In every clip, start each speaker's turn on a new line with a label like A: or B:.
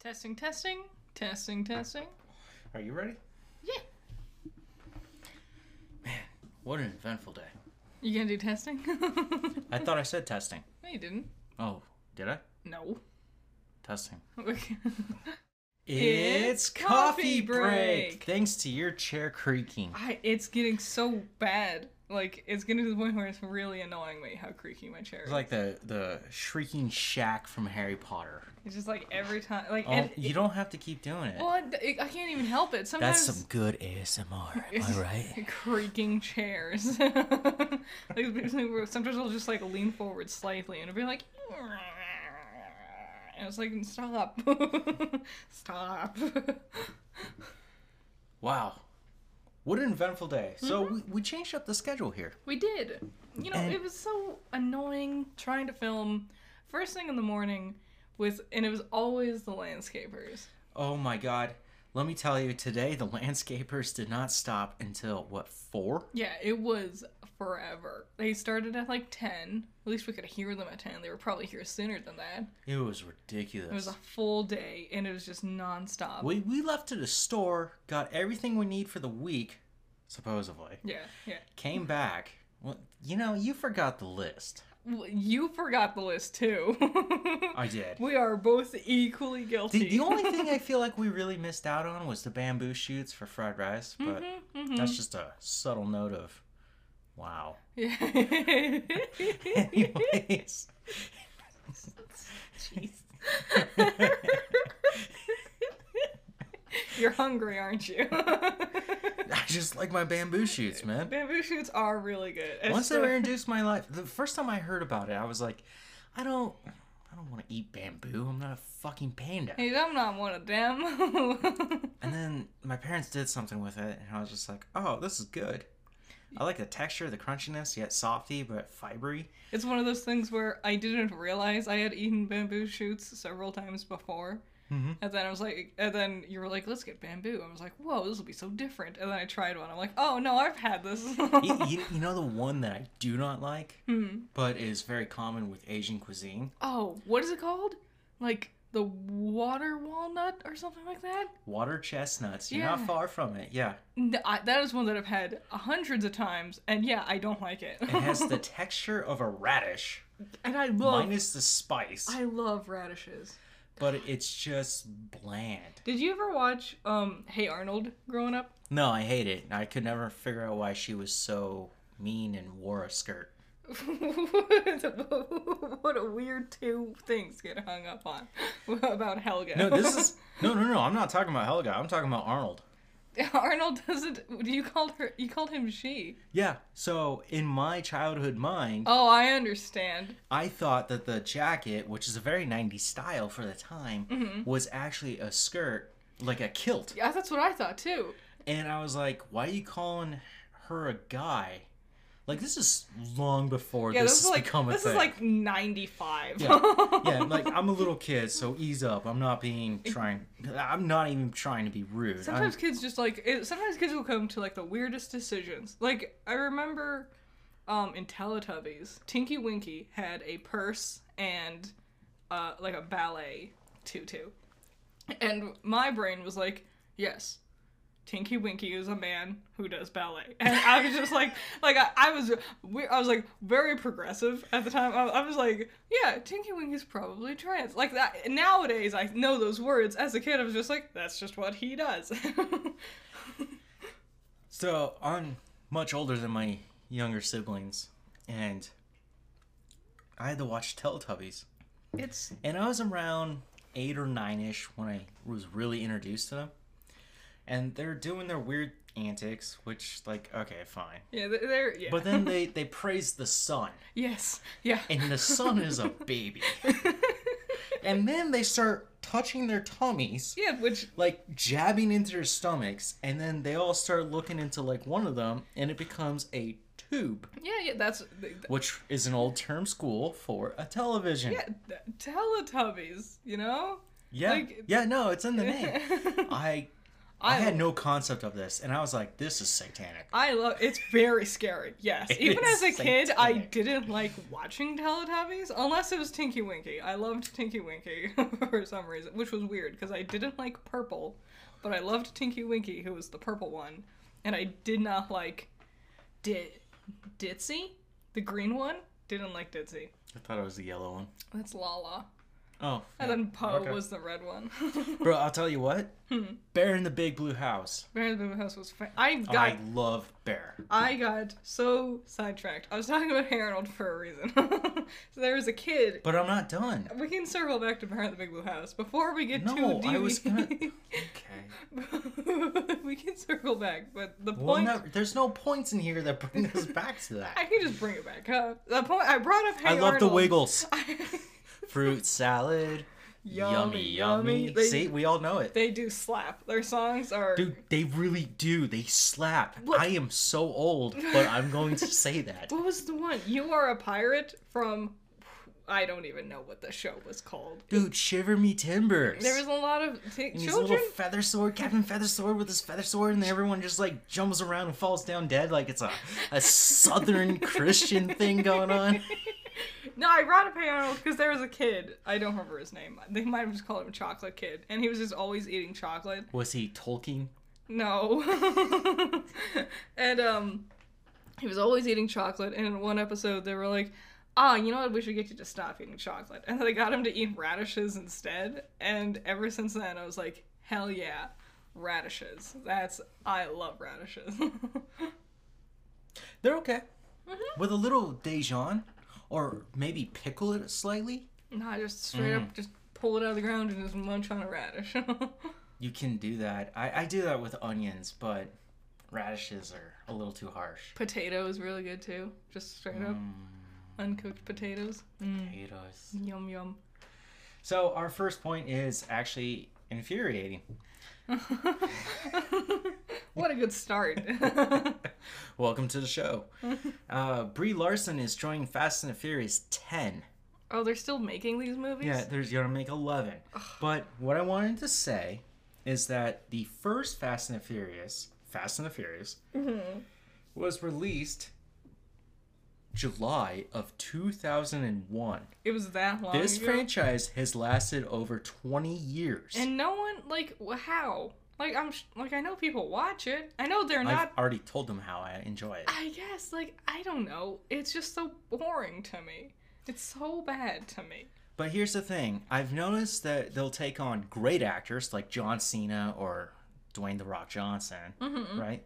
A: Testing, testing, testing, testing.
B: Are you ready?
A: Yeah.
B: What an eventful day.
A: You gonna do testing? no,
B: I thought I said testing.
A: you didn't.
B: Oh, did I?
A: No.
B: Testing.
A: Okay.
B: It's
A: coffee
B: coffee
A: break.
B: break. Thanks to your chair creaking.
A: I, it's getting so bad. Like, it's getting to the point where it's really annoying me how creaky my chair is.
B: It's like the the shrieking shack from Harry Potter.
A: it's just like every time. Like,
B: Oh,
A: and,
B: you don't have to keep doing it.
A: well, I, I can't even help it. Sometimes
B: That's some good ASMR. Am
A: It's
B: I right?
A: creaking chairs. like basically, sometimes I'll just like lean forward slightly and it'll be like, and it's like stop, stop.
B: Wow. What an eventful day. So
A: Mm-hmm.
B: we, we changed up the schedule here.
A: we did. You know,
B: And-
A: it was so annoying trying to film first thing in the morning with, and it was always the landscapers.
B: Oh my god. Let me tell you, today the landscapers did not stop until what, four?
A: Yeah, it was forever. They started at like ten. At least we could hear them at ten. They were probably here sooner than that.
B: It was ridiculous.
A: It was a full day, and it was just nonstop.
B: We we left to the store, got everything we need for the week, supposedly.
A: Yeah, yeah.
B: Came back. Well, you know, you forgot the list.
A: Well, You forgot the list too.
B: I did.
A: we are both equally guilty.
B: The, the only thing I feel like we really missed out on was the bamboo shoots for fried rice,
A: Mm-hmm,
B: but that's just a subtle note of wow. Anyways,
A: Jeez. You're hungry, aren't you?
B: I just like my bamboo shoots, man.
A: Bamboo shoots are really good. It's
B: Once they
A: so-
B: were introduced to my life, the first time I heard about it, I was like, I don't, I don't want to eat bamboo. I'm not a fucking panda.
A: Hey, I'm not one of them.
B: And then my parents did something with it, and I was just like, oh, this is good. I like the texture, the crunchiness, yet softy but fibery.
A: It's one of those things where I didn't realize I had eaten bamboo shoots several times before.
B: Mhm.
A: And then I was like, and then you were like, let's get bamboo. I was like, whoa, this will be so different. And then I tried one. I'm like, oh no, I've had this.
B: you, you, you know the one that I do not like,
A: Hmm.
B: but is very common with Asian cuisine?
A: Oh, what is it called? Like the water walnut or something like that?
B: Water chestnuts. You're
A: Yeah.
B: not far from it. Yeah.
A: No, I, that is one that I've had hundreds of times. And yeah, I don't like it.
B: It has the texture of a radish,
A: and I love,
B: minus the spice,
A: I love radishes.
B: but it's just bland.
A: Did you ever watch um Hey Arnold growing up?
B: No, I hate it. I could never figure out why she was so mean and wore a skirt.
A: what a weird two things get hung up on about Helga.
B: No, this is. No, no, no. I'm not talking about Helga. I'm talking about Arnold.
A: Arnold doesn't. You called her. You called him she.
B: Yeah. So in my childhood mind,
A: Oh, I understand.
B: I thought that the jacket, which is a very 90s style for the time,
A: Mm-hmm.
B: was actually a skirt, like a kilt.
A: Yeah, that's what I thought too.
B: And I was like, why are you calling her a guy? Like this is long before
A: Yeah,
B: this,
A: this,
B: has
A: is like
B: become a
A: this
B: thing.
A: is like ninety five.
B: yeah. yeah, like I'm a little kid, so ease up. I'm not being trying. I'm not even trying to be rude.
A: Sometimes kids just like it, sometimes kids will come to like the weirdest decisions. Like I remember um in Teletubbies, Tinky Winky had a purse and uh like a ballet tutu. And my brain was like, "Yes, Tinky Winky is a man who does ballet. And I was just like, like I, I was, we, I was like very progressive at the time. I, I was like, yeah, Tinky Winky's probably trans. Like that. Nowadays, I know those words. As a kid, I was just like, that's just what he does.
B: So I'm much older than my younger siblings, and I had to watch Teletubbies.
A: it's
B: And I was around eight or nine ish when I was really introduced to them. And they're doing their weird antics, which, like, okay, fine.
A: yeah, they- they're yeah.
B: But then they, they praise the sun,
A: yes, yeah.
B: and the sun is a baby. And then they start touching their tummies,
A: yeah, which
B: like jabbing into their stomachs, and then they all start looking into, like, one of them, and it becomes a tube,
A: yeah, yeah. That's
B: which is an old term school for a television.
A: yeah, Teletubbies. You know.
B: Yeah.
A: Like-
B: yeah, no, it's in the name. I I,
A: I-
B: had no concept of this, and I was like, "This is satanic."
A: I love it's very scary. Yes,
B: It
A: even
B: is
A: as a kid, I
B: satanic.
A: didn't like watching Teletubbies unless it was Tinky Winky. I loved Tinky Winky for some reason, which was weird because I didn't like purple, but I loved Tinky Winky, who was the purple one, and I did not like Di- Ditzy, the green one. Didn't like Ditzy.
B: I thought it was the yellow one.
A: That's Lala.
B: Oh,
A: And
B: yeah.
A: then Poe
B: Okay.
A: was the red one.
B: Bro, I'll tell you what.
A: Hmm.
B: Bear in the Big Blue House.
A: Mary Lou House was. Fa- I got
B: Oh, I love Bear.
A: I got so sidetracked. I was talking about Harold for a reason. so there was a kid.
B: But I'm not done.
A: We can circle back to Parent the Big Blue House before we get
B: No,
A: too deep.
B: I was gonna. Okay.
A: we can circle back, but the
B: Well,
A: point
B: never, there's no points in here that bring us back to that.
A: I can just bring it back up. The point I brought up.
B: I
A: Hey
B: love the
A: Arnold.
B: Wiggles. Fruit salad.
A: Yummy,
B: yummy, yummy.
A: yummy. They-
B: See, we all know it.
A: they do slap. Their songs are.
B: Dude, they really do. They slap.
A: What-
B: I am so old, but I'm going to say that.
A: What was the one? You are a pirate from. I don't even know what the show was called.
B: Dude, shiver me timbers.
A: There was a lot of t-
B: and his
A: children.
B: little feather sword, Captain Feather Sword with his feather sword, and everyone just like jumbles around and falls down dead like it's a, a southern Christian thing going on.
A: No, I brought up Hey Arnold because there was a kid. I don't remember his name. They might have just called him Chocolate Kid, and he was just always eating chocolate.
B: Was he Tolkien?
A: No, and um, he was always eating chocolate. And in one episode, they were like, "Ah, you know what? We should get you to stop eating chocolate." And they got him to eat radishes instead. And ever since then, I was like, "Hell yeah, radishes! That's I love radishes."
B: They're okay.
A: Mm-hmm.
B: With a little Dijon, or maybe pickle it slightly.
A: no, I just straight up just pull it out of the ground and just munch on a radish.
B: You can do that. I, I do that with onions, but radishes are a little too harsh.
A: Potato is really good too. Just straight up
B: Mm.
A: uncooked potatoes.
B: Potatoes.
A: Yum yum.
B: So our first point is actually infuriating.
A: what a good start.
B: Welcome to the show. uh, Brie Larson is joining Fast and the Furious 10.
A: oh, they're still making these movies?
B: Yeah, there's gonna make 11. But what I wanted to say is that the first Fast and the Furious, Fast and the Furious,
A: Mm-hmm.
B: was released July of 2001.
A: It was that long
B: this
A: ago.
B: franchise has lasted over 20 years.
A: and no one like wh- how? Like I'm sh- like I know people watch it. I know they're not
B: I've already told them how I enjoy it.
A: I guess like I don't know. It's just so boring to me. It's so bad to me.
B: But here's the thing I've noticed that they'll take on great actors like John Cena or Dwayne The Rock Johnson,
A: Mm-hmm.
B: right?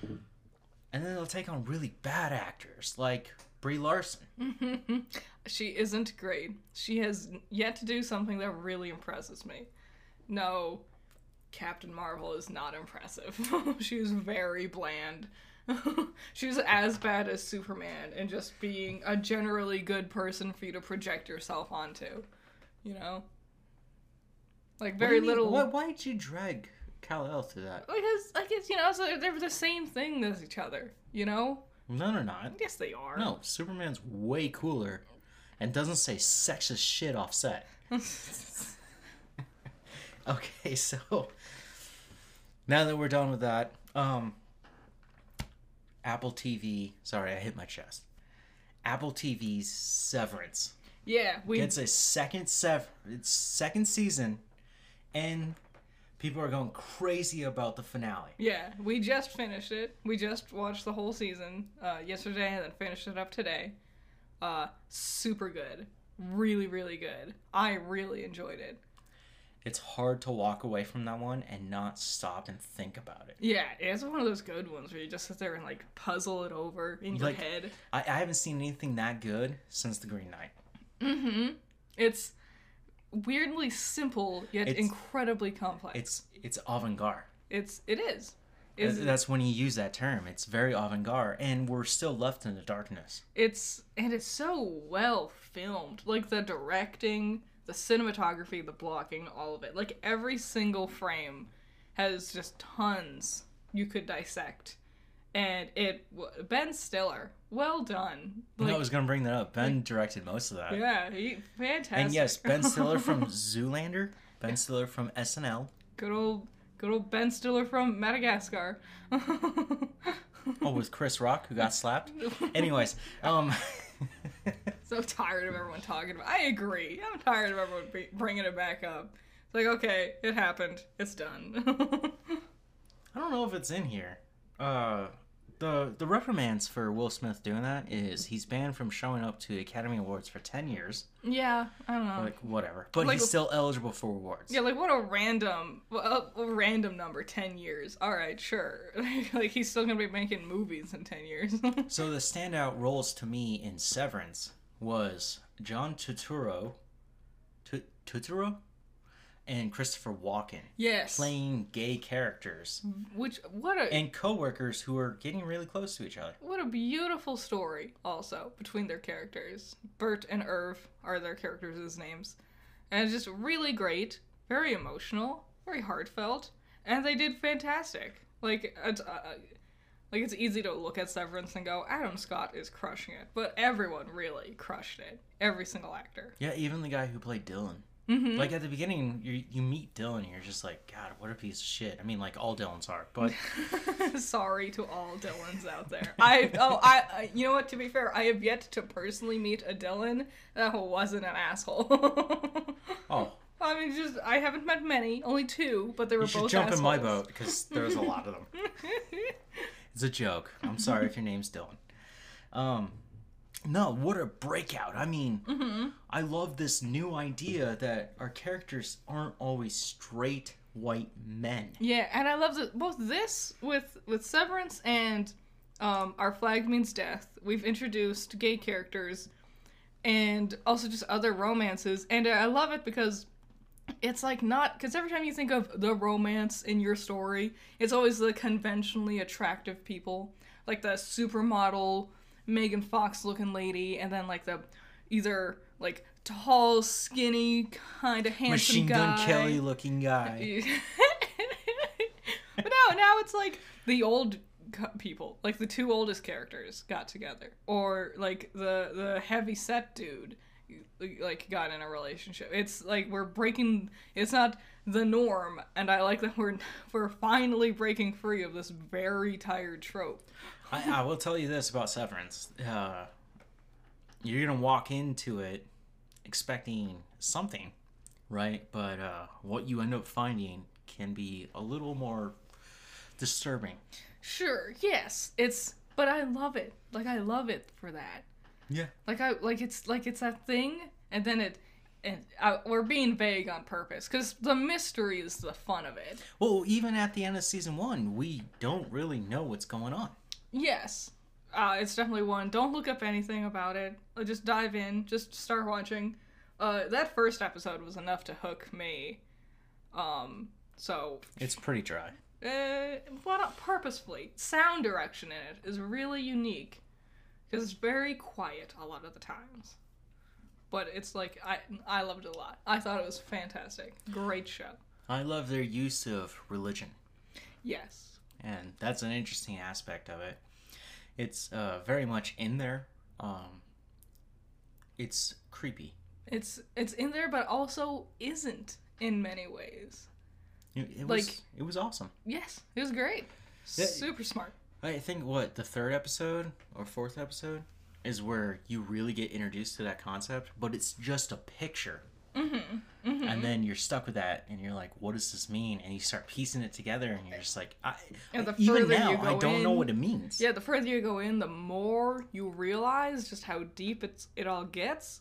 B: And then they'll take on really bad actors like Brie Larson.
A: She isn't great. She has yet to do something that really impresses me. No, Captain Marvel is not impressive. she was very bland. she was as bad as Superman and just being a generally good person for you to project yourself onto. You know? Like
B: What do
A: very
B: you mean-
A: little
B: Why, why did you drag Kal El to that?
A: because like it's you know, so they're the same thing as each other, you know?
B: No, no, not.
A: Yes they are.
B: No, Superman's way cooler and doesn't say sexist shit off set. Okay, so now that we're done with that, um, Apple TV. Sorry, I hit my chest. Apple TV's Severance
A: yeah, we
B: gets a second sev- its second season, and people are going crazy about the finale.
A: Yeah, we just finished it. We just watched the whole season uh, yesterday and then finished it up today. Uh, super good. Really, really good. I really enjoyed it.
B: It's hard to walk away from that one and not stop and think about it.
A: Yeah, it's one of those good ones where you just sit there and like puzzle it over in your
B: Like-
A: head.
B: I, I haven't seen anything that good since The Green Knight.
A: It's weirdly simple yet
B: It's-
A: incredibly complex. It's
B: It's it's avant garde.
A: it's it is. Is
B: That's when you use that term. It's very avant garde, and we're still left in the darkness.
A: it's and it's so well filmed like the directing the cinematography the blocking all of it like every single frame has just tons you could dissect and it w- ben stiller well done like,
B: I was gonna bring that up. Ben directed most of that.
A: yeah he, fantastic
B: And yes, Ben Stiller from Zoolander, Ben Stiller from SNL,
A: good old Good old Ben Stiller from Madagascar.
B: Oh, with Chris Rock who got slapped. Anyways, um,
A: so tired of everyone talking about. I agree. I'm tired of everyone be- bringing it back up. It's like, okay, it happened. It's done.
B: I don't know if it's in here. Uh, the the reprimands for Will Smith doing that is he's banned from showing up to Academy Awards for ten years.
A: yeah, I don't know.
B: Like whatever, but
A: Like-
B: he's still eligible for awards.
A: yeah, like what a random, a, a random number. Ten years. All right, sure. like he's still gonna be making movies in ten years.
B: So the standout roles to me in Severance was John Turturro, Tu- Turturro, and Christopher Walken
A: yes.
B: playing gay characters
A: Which what a
B: and coworkers who are getting really close to each other.
A: What a beautiful story, also, between their characters. Bert and Irv are their characters' names. And it's just really great, very emotional, very heartfelt, and they did fantastic. Like, it's, uh, like it's easy to look at Severance and go, Adam Scott is crushing it. But everyone really crushed it. Every single actor.
B: Yeah, even the guy who played Dylan.
A: Mm-hmm.
B: Like at the beginning, you you meet Dylan, and you're just like, God, what a piece of shit. I mean, like all Dylans are, but
A: Sorry to all Dylans out there. I oh I, I you know what? To be fair, I have yet to personally meet a Dylan that wasn't an asshole.
B: oh,
A: I mean, just I haven't met many, only two, but they were
B: you should
A: both
B: jump
A: assholes.
B: in my boat because there's a lot of them. It's a joke. I'm sorry if your name's Dylan. Um, no, what a breakout. I mean, I love this new idea that our characters aren't always straight white men.
A: yeah, and I love that both this with with Severance and um, Our Flag Means Death. We've introduced gay characters and also just other romances, and I love it because it's like not because every time you think of the romance in your story, it's always the conventionally attractive people, like the supermodel Megan Fox looking lady, and then like the either like tall, skinny, kind of handsome
B: Machine
A: guy.
B: Gun Kelly looking guy.
A: but no, now it's like the old co- people, like the two oldest characters, got together, or like the the heavy set dude, like got in a relationship. It's like we're breaking. It's not the norm, and I like that we're we're finally breaking free of this very tired trope.
B: I, I will tell you this about Severance. Uh, you're gonna walk into it expecting something, right? But uh, what you end up finding can be a little more disturbing.
A: Sure, yes, it's. But I love it. Like I love it for that.
B: Yeah.
A: Like I like it's like it's that thing, and then it, and I, we're being vague on purpose because the mystery is the fun of it.
B: Well, even at the end of season one, we don't really know what's going on.
A: Yes, uh, it's definitely one. Don't look up anything about it. Uh, Just dive in. Just start watching. Uh, that first episode was enough to hook me. Um, so
B: It's pretty dry.
A: uh, well, not purposefully. Sound direction in it is really unique because it's very quiet a lot of the times. But it's like I I loved it a lot. I thought it was fantastic. Great show.
B: I love their use of religion,
A: Yes.
B: and that's an interesting aspect of it. It's uh, very much in there. Um, it's creepy.
A: It's it's in there but also isn't in many ways.
B: It, it was,
A: Like-
B: it was awesome.
A: Yes, it was great.
B: Yeah.
A: Super smart.
B: I think what the third episode or fourth episode is where you really get introduced to that concept, but it's just a picture. Mm-hmm. And then you're stuck with that, and you're like, "What does this mean?" And you start piecing it together, and you're just like, "I."
A: And the
B: even
A: further you
B: now, I
A: go
B: don't know
A: in-
B: what it means.
A: Yeah, the further you go in, the more you realize just how deep it's it all gets.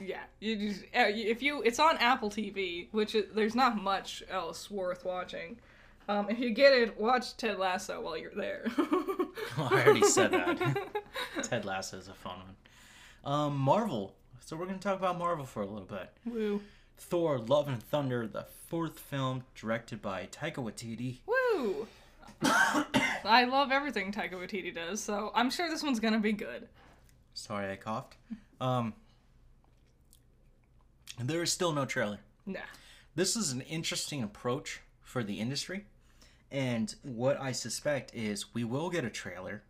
A: Yeah, you just, uh, you- if you it's on Apple TV, which is, there's not much else worth watching. Um, if you get it, watch Ted Lasso while you're there.
B: I already said that. Ted Lasso is a fun one. Um, Marvel. So we're gonna talk about Marvel for a little bit.
A: Woo,
B: Thor: Love and Thunder, the fourth film directed by Taika Waititi.
A: woo! I love everything Taika Waititi does, so I'm sure this one's gonna be good.
B: Sorry, I coughed. Um, there is still no trailer.
A: Nah.
B: This is an interesting approach for the industry, and what I suspect is we will get a trailer,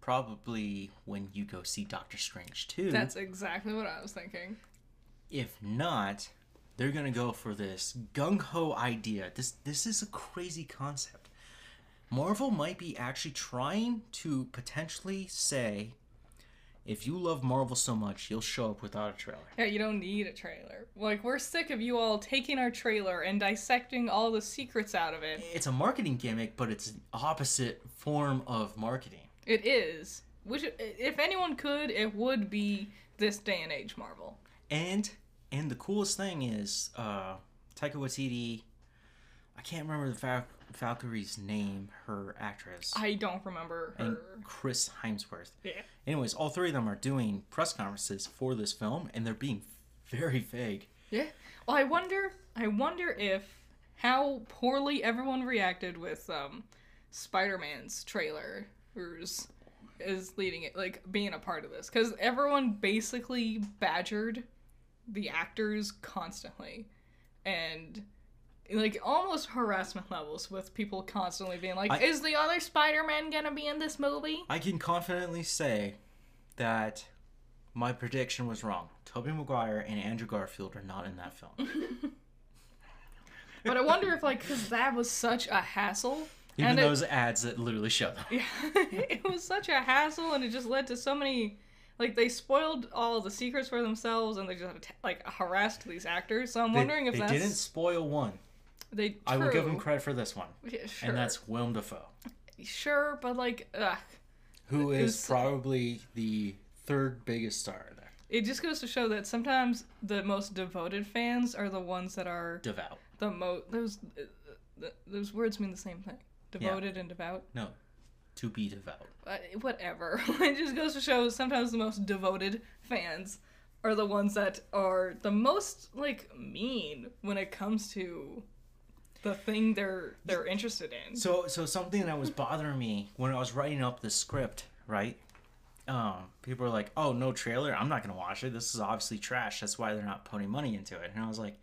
B: probably when you go see Doctor Strange too.
A: That's exactly what I was thinking.
B: If not, they're gonna go for this gung ho idea. This this is a crazy concept. Marvel might be actually trying to potentially say, if you love Marvel so much, you'll show up without a trailer.
A: Yeah, you don't need a trailer. Like, we're sick of you all taking our trailer and dissecting all the secrets out of it.
B: It's a marketing gimmick, but it's an opposite form of marketing.
A: It is. Which, if anyone could, it would be this day and age Marvel.
B: And and the coolest thing is, uh, Taika Waititi. I can't remember the Val- Valkyrie's name, her actress,
A: I don't remember her.
B: and Chris Hemsworth.
A: Yeah.
B: Anyways, all three of them are doing press conferences for this film, and they're being very vague.
A: Yeah. Well, I wonder. I wonder if how poorly everyone reacted with um, Spider-Man's trailer is is leading it like being a part of this because everyone basically badgered the actors constantly and like almost harassment levels with people constantly being like
B: I-
A: is the other spider-man gonna be in this movie
B: I can confidently say that my prediction was wrong. Tobey Maguire and Andrew Garfield are not in that film.
A: but i wonder if like because that was such a hassle
B: Even
A: and it-
B: those ads that literally show them.
A: Yeah, it was such a hassle, and it just led to so many. Like they spoiled all the secrets for themselves, and they just atta- like harassed these actors. So I'm
B: They-
A: wondering if
B: they
A: that's
B: didn't spoil one.
A: they. True.
B: I will give them credit for this one,
A: Yeah, sure.
B: and that's Willem Dafoe,
A: sure, but like, ugh,
B: who
A: It
B: is
A: was-
B: probably the third biggest star there.
A: it just goes to show that sometimes the most devoted fans are the ones that are
B: Devout.
A: the most. Those uh, th- those words mean the same thing. Devoted and devout.
B: No, to be devout.
A: Uh, whatever. it just goes to show sometimes the most devoted fans are the ones that are the most like mean when it comes to the thing they're they're interested in.
B: So, so something that was bothering me when I was writing up the script, right? Um, people were like, "Oh, no trailer. I'm not gonna watch it. This is obviously trash. That's why they're not putting money into it." And I was like,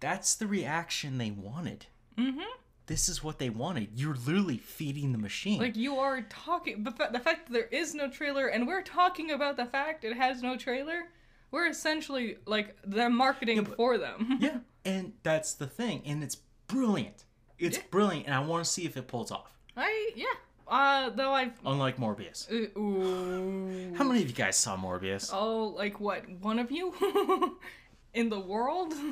B: "That's the reaction they wanted. Mm-hmm. This is what they wanted. You're literally feeding the machine.
A: Like you are talking the, fa- the fact that there is no trailer and we're talking about the fact it has no trailer. We're essentially like the marketing for them.
B: yeah. And that's the thing. And it's brilliant. It's brilliant. And I want to see if it pulls off.
A: I yeah. Uh though I've
B: Unlike Morbius.
A: uh, ooh.
B: How many of you guys saw Morbius?
A: oh, like what, one of you in the world?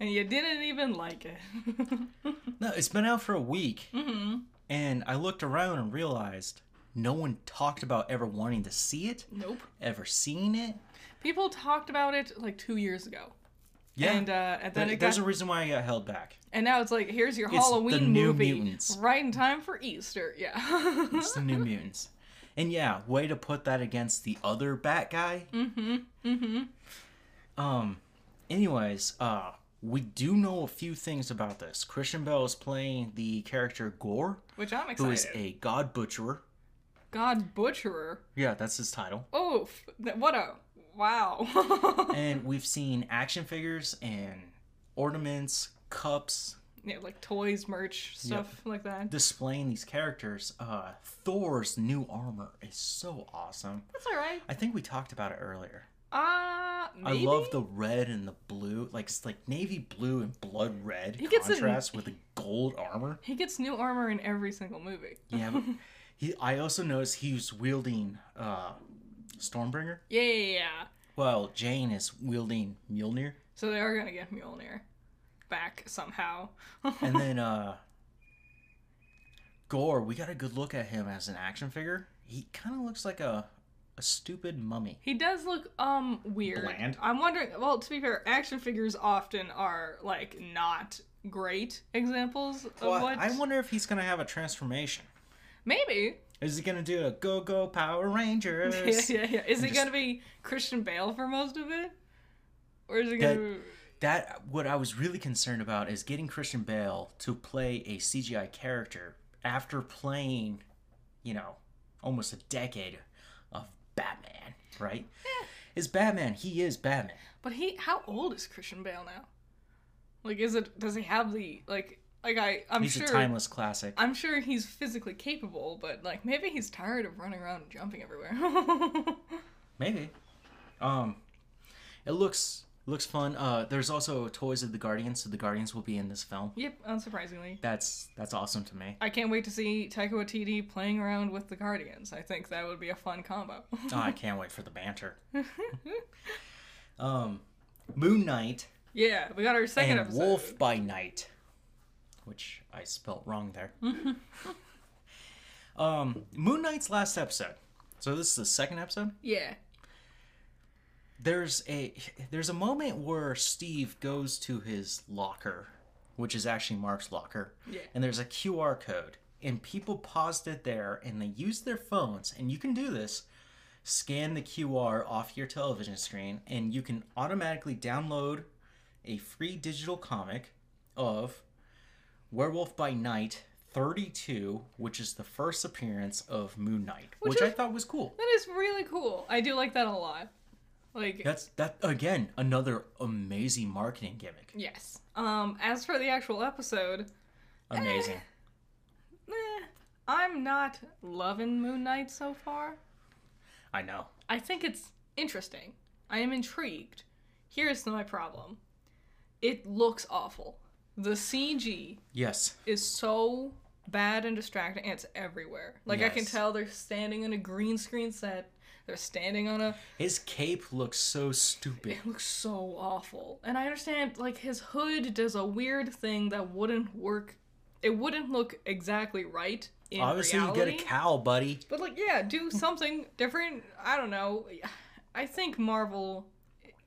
A: and you didn't even like it.
B: No, it's been out for a week. Mm-hmm. And I looked around and realized no one talked about ever wanting to see it,
A: nope.
B: ever seeing it.
A: People talked about it like two years ago.
B: Yeah.
A: And, uh, and then
B: There-
A: it
B: there's
A: got,
B: a reason why I got held back.
A: and now it's like, here's your
B: the
A: Halloween
B: New
A: movie.
B: Mutants.
A: Right in time for Easter. Yeah.
B: It's the New Mutants. And yeah, way to put that against the other Bat guy. Mm-hmm. Mm-hmm. Um. Anyways, uh, we do know a few things about this. Christian Bell is playing the character Gore,
A: Which I'm
B: who
A: excited.
B: is a god butcherer.
A: God Butcherer.
B: Yeah, that's his title.
A: Oh, f- th- what a. Wow.
B: and we've seen action figures and ornaments, cups
A: yeah, like toys, merch, stuff like that.
B: displaying these characters. Uh, Thor's new armor is so awesome.
A: That's alright.
B: I think we talked about it earlier.
A: Uh, maybe?
B: I love the red and the blue, like it's like navy blue and blood red
A: He gets a-
B: contrast with the gold armor.
A: He gets new armor in every single movie.
B: Yeah, but he. I also noticed he was wielding uh, Stormbringer.
A: Yeah, yeah, yeah.
B: Well, Jane is wielding Mjolnir,
A: So they are gonna get Mjolnir back somehow.
B: and then uh, Gore. We got a good look at him as an action figure. He kind of looks like a a stupid mummy.
A: he does look um weird.
B: Bland.
A: I'm wondering. Well, to be fair, action figures often are like not great examples of
B: Well,
A: what.
B: I wonder if he's gonna have a transformation.
A: Maybe.
B: Is he gonna do a go go Power Rangers?
A: Yeah, yeah, yeah. Is
B: I'm
A: it
B: just-
A: gonna be Christian Bale for most of it, or is it
B: That-
A: gonna? be...
B: That what I was really concerned about is getting Christian Bale to play a CGI character after playing, you know, almost a decade of Batman, right?
A: Eh.
B: Is Batman? He is Batman.
A: But he, how old is Christian Bale now? Like, is it? Does he have the like? Like I, I'm
B: He's
A: sure.
B: a timeless classic.
A: I'm sure he's physically capable, but like maybe he's tired of running around and jumping everywhere.
B: Maybe. Um, it looks Looks fun. Uh, there's also Toys of the Guardians, so the Guardians will be in this film.
A: Yep, unsurprisingly.
B: That's that's awesome to me.
A: I can't wait to see Taika Waititi playing around with the Guardians. I think that would be a fun combo.
B: Oh, I can't wait for the banter. um, Moon Knight
A: yeah, we got our second
B: and
A: episode.
B: Wolf by Night, which I spelt wrong there. um, Moon Knight's last episode. So this is the second episode.
A: Yeah.
B: There's a there's a moment where Steve goes to his locker, which is actually Mark's locker.
A: Yeah.
B: And there's a QR code, and people paused it there, and they used their phones, and you can do this. Scan the QR off your television screen, and you can automatically download a free digital comic of Werewolf by Night 32, which is the first appearance of Moon Knight, which,
A: Which
B: I
A: is-
B: thought was cool.
A: That is really cool. I do like that a lot. Like
B: That's that again, another amazing marketing gimmick.
A: yes. Um as for the actual episode,
B: Amazing.
A: eh, I'm not loving Moon Knight so far.
B: I know.
A: I think it's interesting. I am intrigued. Here's my problem. It looks awful. The CG
B: Yes.
A: is so bad and distracting. and It's everywhere. Like I can
B: Yes.
A: tell they're standing on a green screen set. They're standing on a.
B: His cape looks so stupid.
A: It looks so awful. And I understand like his hood does a weird thing that wouldn't work. It wouldn't look exactly right in
B: Obviously, you
A: reality.
B: get a cow, buddy.
A: But like, yeah, do something different. I don't know. I think Marvel,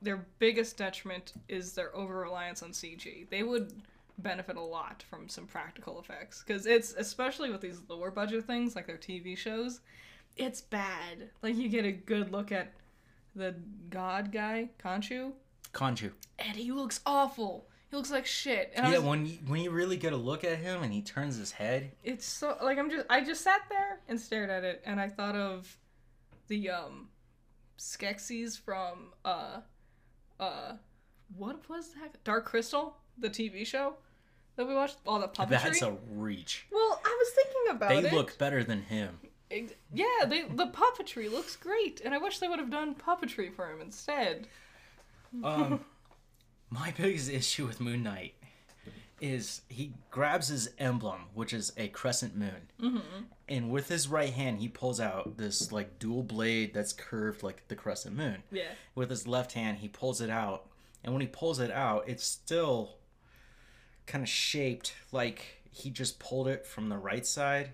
A: their biggest detriment is their over reliance on CG. They would benefit a lot from some practical effects because it's especially with these lower budget things like their TV shows, it's bad. Like you get a good look at the god guy Kanchu,
B: Kanju.
A: and he looks awful. He looks like shit. And I
B: Yeah,
A: was-
B: when you, when you really get a look at him and he turns his head,
A: it's so like I'm just I just sat there and stared at it and I thought of the um Skeksis from uh uh what was that Dark Crystal the TV show that we watched all the puppetry
B: that's a reach.
A: well I was thinking about
B: They
A: it
B: look better than him.
A: Ex- yeah they the puppetry looks great and I wish they would have done puppetry for him instead
B: Um, my biggest issue with Moon Knight is he grabs his emblem, which is a crescent moon,
A: Mm-hmm.
B: and with his right hand he pulls out this like dual blade that's curved like the crescent moon.
A: yeah
B: With his left hand, he pulls it out, and when he pulls it out, it's still kind of shaped like he just pulled it from the right side,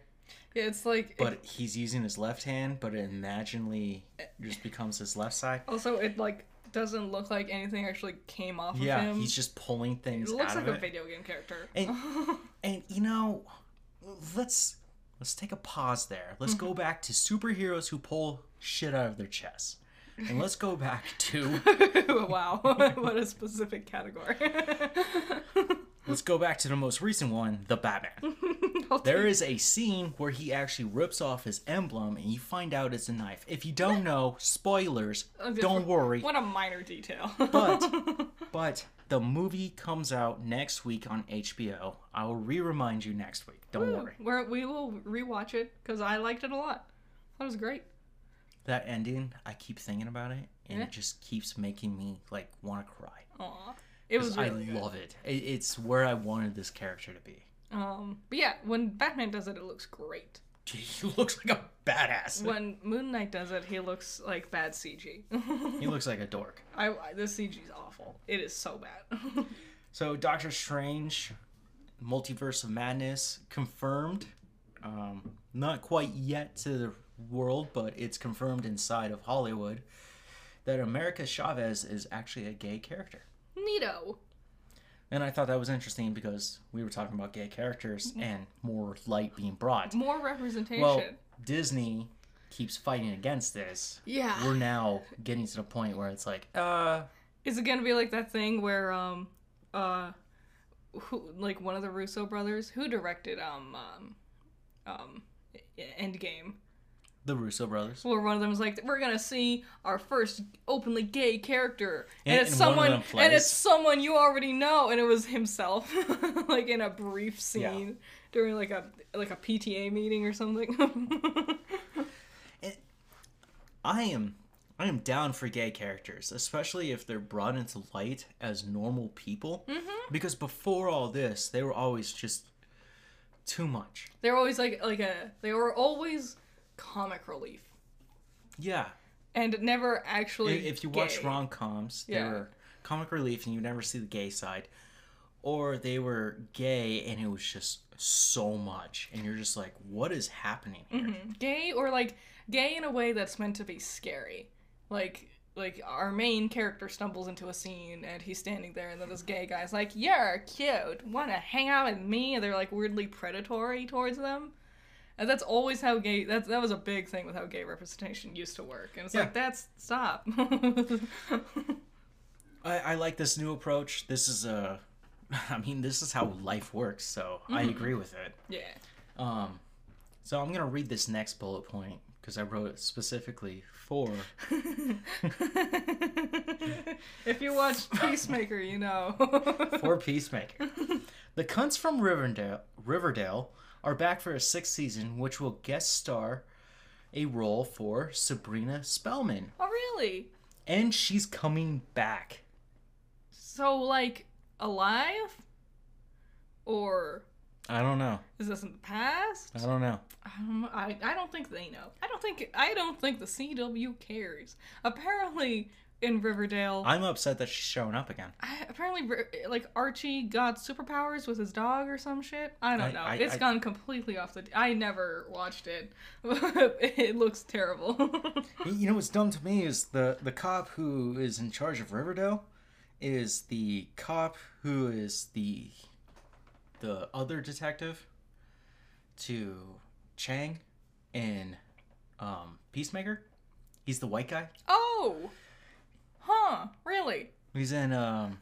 A: yeah it's like
B: but he's using his left hand, but it imaginally just becomes his left side.
A: also it like doesn't look like anything actually came off of
B: Yeah,
A: him
B: he's just pulling
A: it
B: things
A: looks
B: out
A: like
B: of
A: a
B: it.
A: video game character
B: And- And you know, let's let's take a pause there. Let's
A: Mm-hmm.
B: go back to superheroes who pull shit out of their chests. And let's go back to
A: wow, what a specific category.
B: let's go back to the most recent one, the Batman. There is a scene where he actually rips off his emblem and you find out it's a knife. If you don't know, spoilers, don't worry.
A: What a minor detail.
B: But but the movie comes out next week on HBO. I will re-remind you next week. Don't worry.
A: Where we will rewatch it because I liked it a lot. That was great.
B: That ending, I keep thinking about it and
A: Yeah.
B: it just keeps making me like want to cry.
A: Aw, it was
B: I
A: really good.
B: love it. it. It's where I wanted this character to be.
A: Um, but yeah, when Batman does it, it looks great.
B: He looks like a badass.
A: When Moon Knight does it, he looks like bad CG.
B: He looks like a dork.
A: I, I the CG's awful. It is so bad.
B: So Doctor Strange, Multiverse of Madness confirmed. Um, not quite yet to the world, but it's confirmed inside of Hollywood that America Chavez is actually a gay character.
A: Neato.
B: And I thought that was interesting because we were talking about gay characters and more light being brought.
A: More representation.
B: Well, Disney keeps fighting against this.
A: yeah.
B: we're now getting to the point where it's like, uh,
A: Is it gonna be like that thing where um uh who like one of the Russo brothers who directed um um um Endgame
B: the Russo brothers.
A: where one of them is like we're gonna see our first openly gay character and,
B: And-
A: it's
B: and one of
A: someone
B: them
A: and it's
B: plays.
A: someone you already know and it was himself like in a brief scene
B: Yeah.
A: during like a like a PTA meeting or something
B: I am I am down for gay characters, especially if they're brought into light as normal people. Mm-hmm. Because before all this, they were always just too much.
A: They're always like like a they were always comic relief
B: Yeah.
A: and never actually.
B: If, if you watch
A: gay.
B: rom coms, they
A: Yeah.
B: were comic relief and you never see the gay side. Or they were gay and it was just so much. And you're just like, what is happening here?
A: Mm-hmm. gay or like gay in a way that's meant to be scary like like our main character stumbles into a scene and he's standing there and then this gay guy's like you're cute wanna hang out with me and they're like weirdly predatory towards them and that's always how gay that, that was a big thing with how gay representation used to work and it's
B: Yeah.
A: like that's stop
B: I, I like this new approach. This is a, I mean, this is how life works. So
A: Mm-hmm.
B: I agree with it.
A: yeah
B: Um, so I'm gonna read this next bullet point because I wrote it specifically for.
A: if you watch peacemaker you know
B: for Peacemaker. the cunts from Riverdale, Riverdale are back for a sixth season, which will guest star a role for Sabrina Spellman,
A: oh really
B: and she's coming back.
A: So, like, alive? Or
B: I don't know.
A: is this in the past?
B: I don't know.
A: Um, I, I don't think they know. I don't think I don't think the CW cares. Apparently, in Riverdale,
B: I'm upset that she's showing up again.
A: I, apparently, Ri- like Archie got superpowers with his dog or some shit. I don't
B: I-
A: know.
B: I-
A: It's
B: I-
A: gone completely off the. I never watched it. it looks terrible.
B: You- You know what's dumb to me is the the cop who is in charge of Riverdale is the cop who is the the other detective to Chang in um, Peacemaker. He's the white guy.
A: oh, huh? Really?
B: He's in um,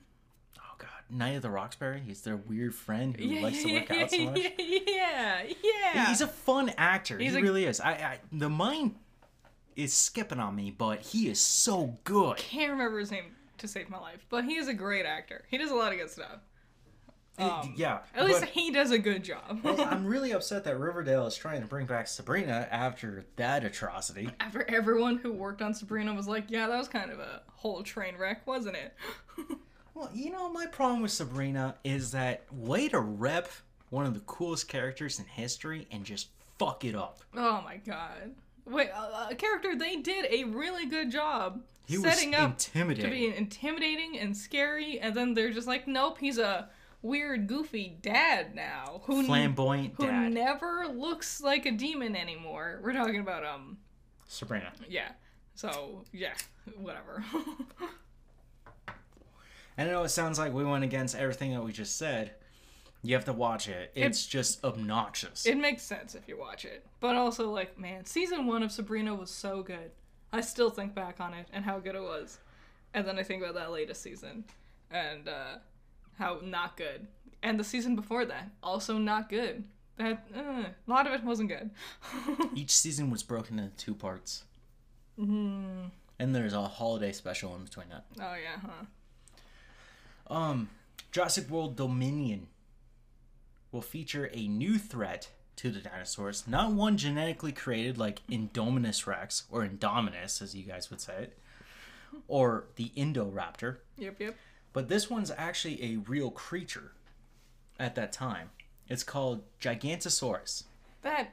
B: oh god, Night of the Roxbury. He's their weird friend who likes to work out so much.
A: yeah, yeah, yeah.
B: He's a fun actor.
A: He's
B: he
A: a-
B: really is. I, I the mind is skipping on me, but he is so good.
A: can't remember his name to save my life, but he is a great actor. He does a lot of good stuff. Um,
B: yeah.
A: At least
B: but-
A: he does a good job.
B: I'm really upset that Riverdale is trying to bring back Sabrina after that atrocity.
A: After everyone who worked on Sabrina was like, yeah, that was kind of a whole train wreck, wasn't it?
B: Well, you know, my problem with Sabrina is that way to rep one of the coolest characters in history and just fuck it up.
A: oh my god. Wait, a, a character they did a really good job
B: He
A: setting
B: was
A: up to
B: intimidating.
A: be intimidating and scary, and then they're just like, nope, he's a weird, goofy dad now who
B: Flamboyant
A: who
B: dad.
A: never looks like a demon anymore. We're talking about um
B: Sabrina.
A: Yeah. So yeah, whatever.
B: I know it sounds like we went against everything that we just said. You have to watch it. It's just obnoxious.
A: it makes sense if you watch it, but also like, man, season one of Sabrina was so good. I still think back on it and how good it was, and then I think about that latest season, and uh, how not good, and the season before that also not good. That uh, a lot of it wasn't good. Oh,
B: Each season was broken into two parts.
A: Mm-hmm.
B: And there's a holiday special in between that.
A: oh yeah, huh?
B: Um, Jurassic World Dominion will feature a new threat to the dinosaurs, not one genetically created like Indominus Rex or Indominus, as you guys would say it, or the Indoraptor,
A: Yep, yep.
B: but this one's actually a real creature. At that time, it's called Gigantosaurus.
A: That.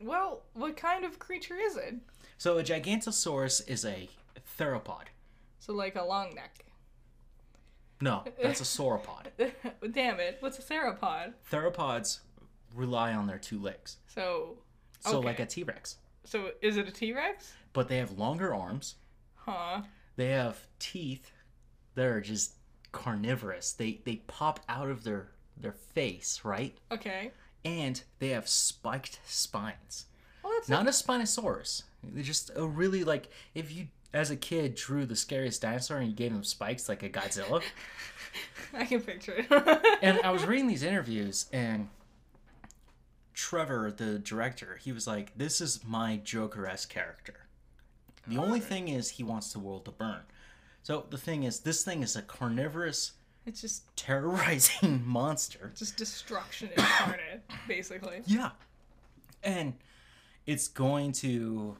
A: Well, what kind of creature is it?
B: So a Gigantosaurus is a theropod.
A: So like a long neck.
B: No, that's a sauropod.
A: Damn it! What's a theropod?
B: Theropods rely on their two legs,
A: So.
B: so
A: okay.
B: like a T Rex,
A: So is it a T Rex?
B: but they have longer arms.
A: Huh.
B: they have teeth that are just carnivorous. They they pop out of their their face, right?
A: Okay.
B: And they have spiked spines.
A: Well, that's
B: Not a spinosaurus. They're just a really like if you as a kid drew the scariest dinosaur and you gave him spikes like a Godzilla.
A: I can picture it.
B: and I was reading these interviews and Trevor, the director, he was like, "This is my Joker-esque character." The only thing is he wants the world to burn. So the thing is, this thing is a carnivorous
A: it's just
B: terrorizing monster.
A: just destruction incarnate, basically.
B: Yeah. And it's going to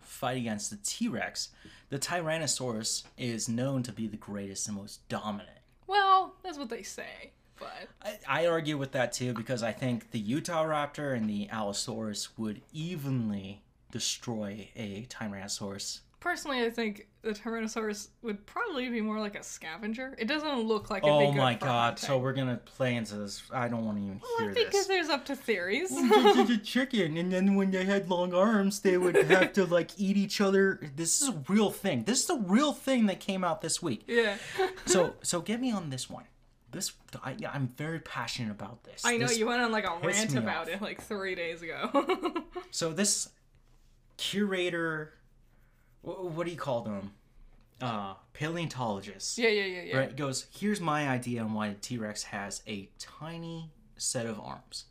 B: fight against the T Rex, the Tyrannosaurus is known to be the greatest and most dominant.
A: Well, that's what they say, but
B: I, I argue with that too because I think the Utah Raptor and the Allosaurus would evenly destroy a Tyrannosaurus.
A: personally, I think the Tyrannosaurus would probably be more like a scavenger. It doesn't look like. it'd be
B: Oh
A: good
B: my
A: for
B: god!
A: hunting.
B: So we're gonna play into this. I don't want to even
A: Well,
B: hear
A: I think
B: this.
A: there's up to theories.
B: It's a chicken, and then when they had long arms, they would have to like eat each other. This is a real thing. This is a real thing that came out this week.
A: yeah,
B: So, so get me on this one. This I, I'm very passionate about this.
A: I know
B: This-
A: you went on like a
B: pissed
A: rant
B: me
A: about
B: off.
A: it like three days ago.
B: So this curator, wh- what do you call them? Uh, paleontologist.
A: yeah, yeah, yeah, yeah.
B: Right. Goes. Here's my idea on why the T Rex has a tiny set of arms.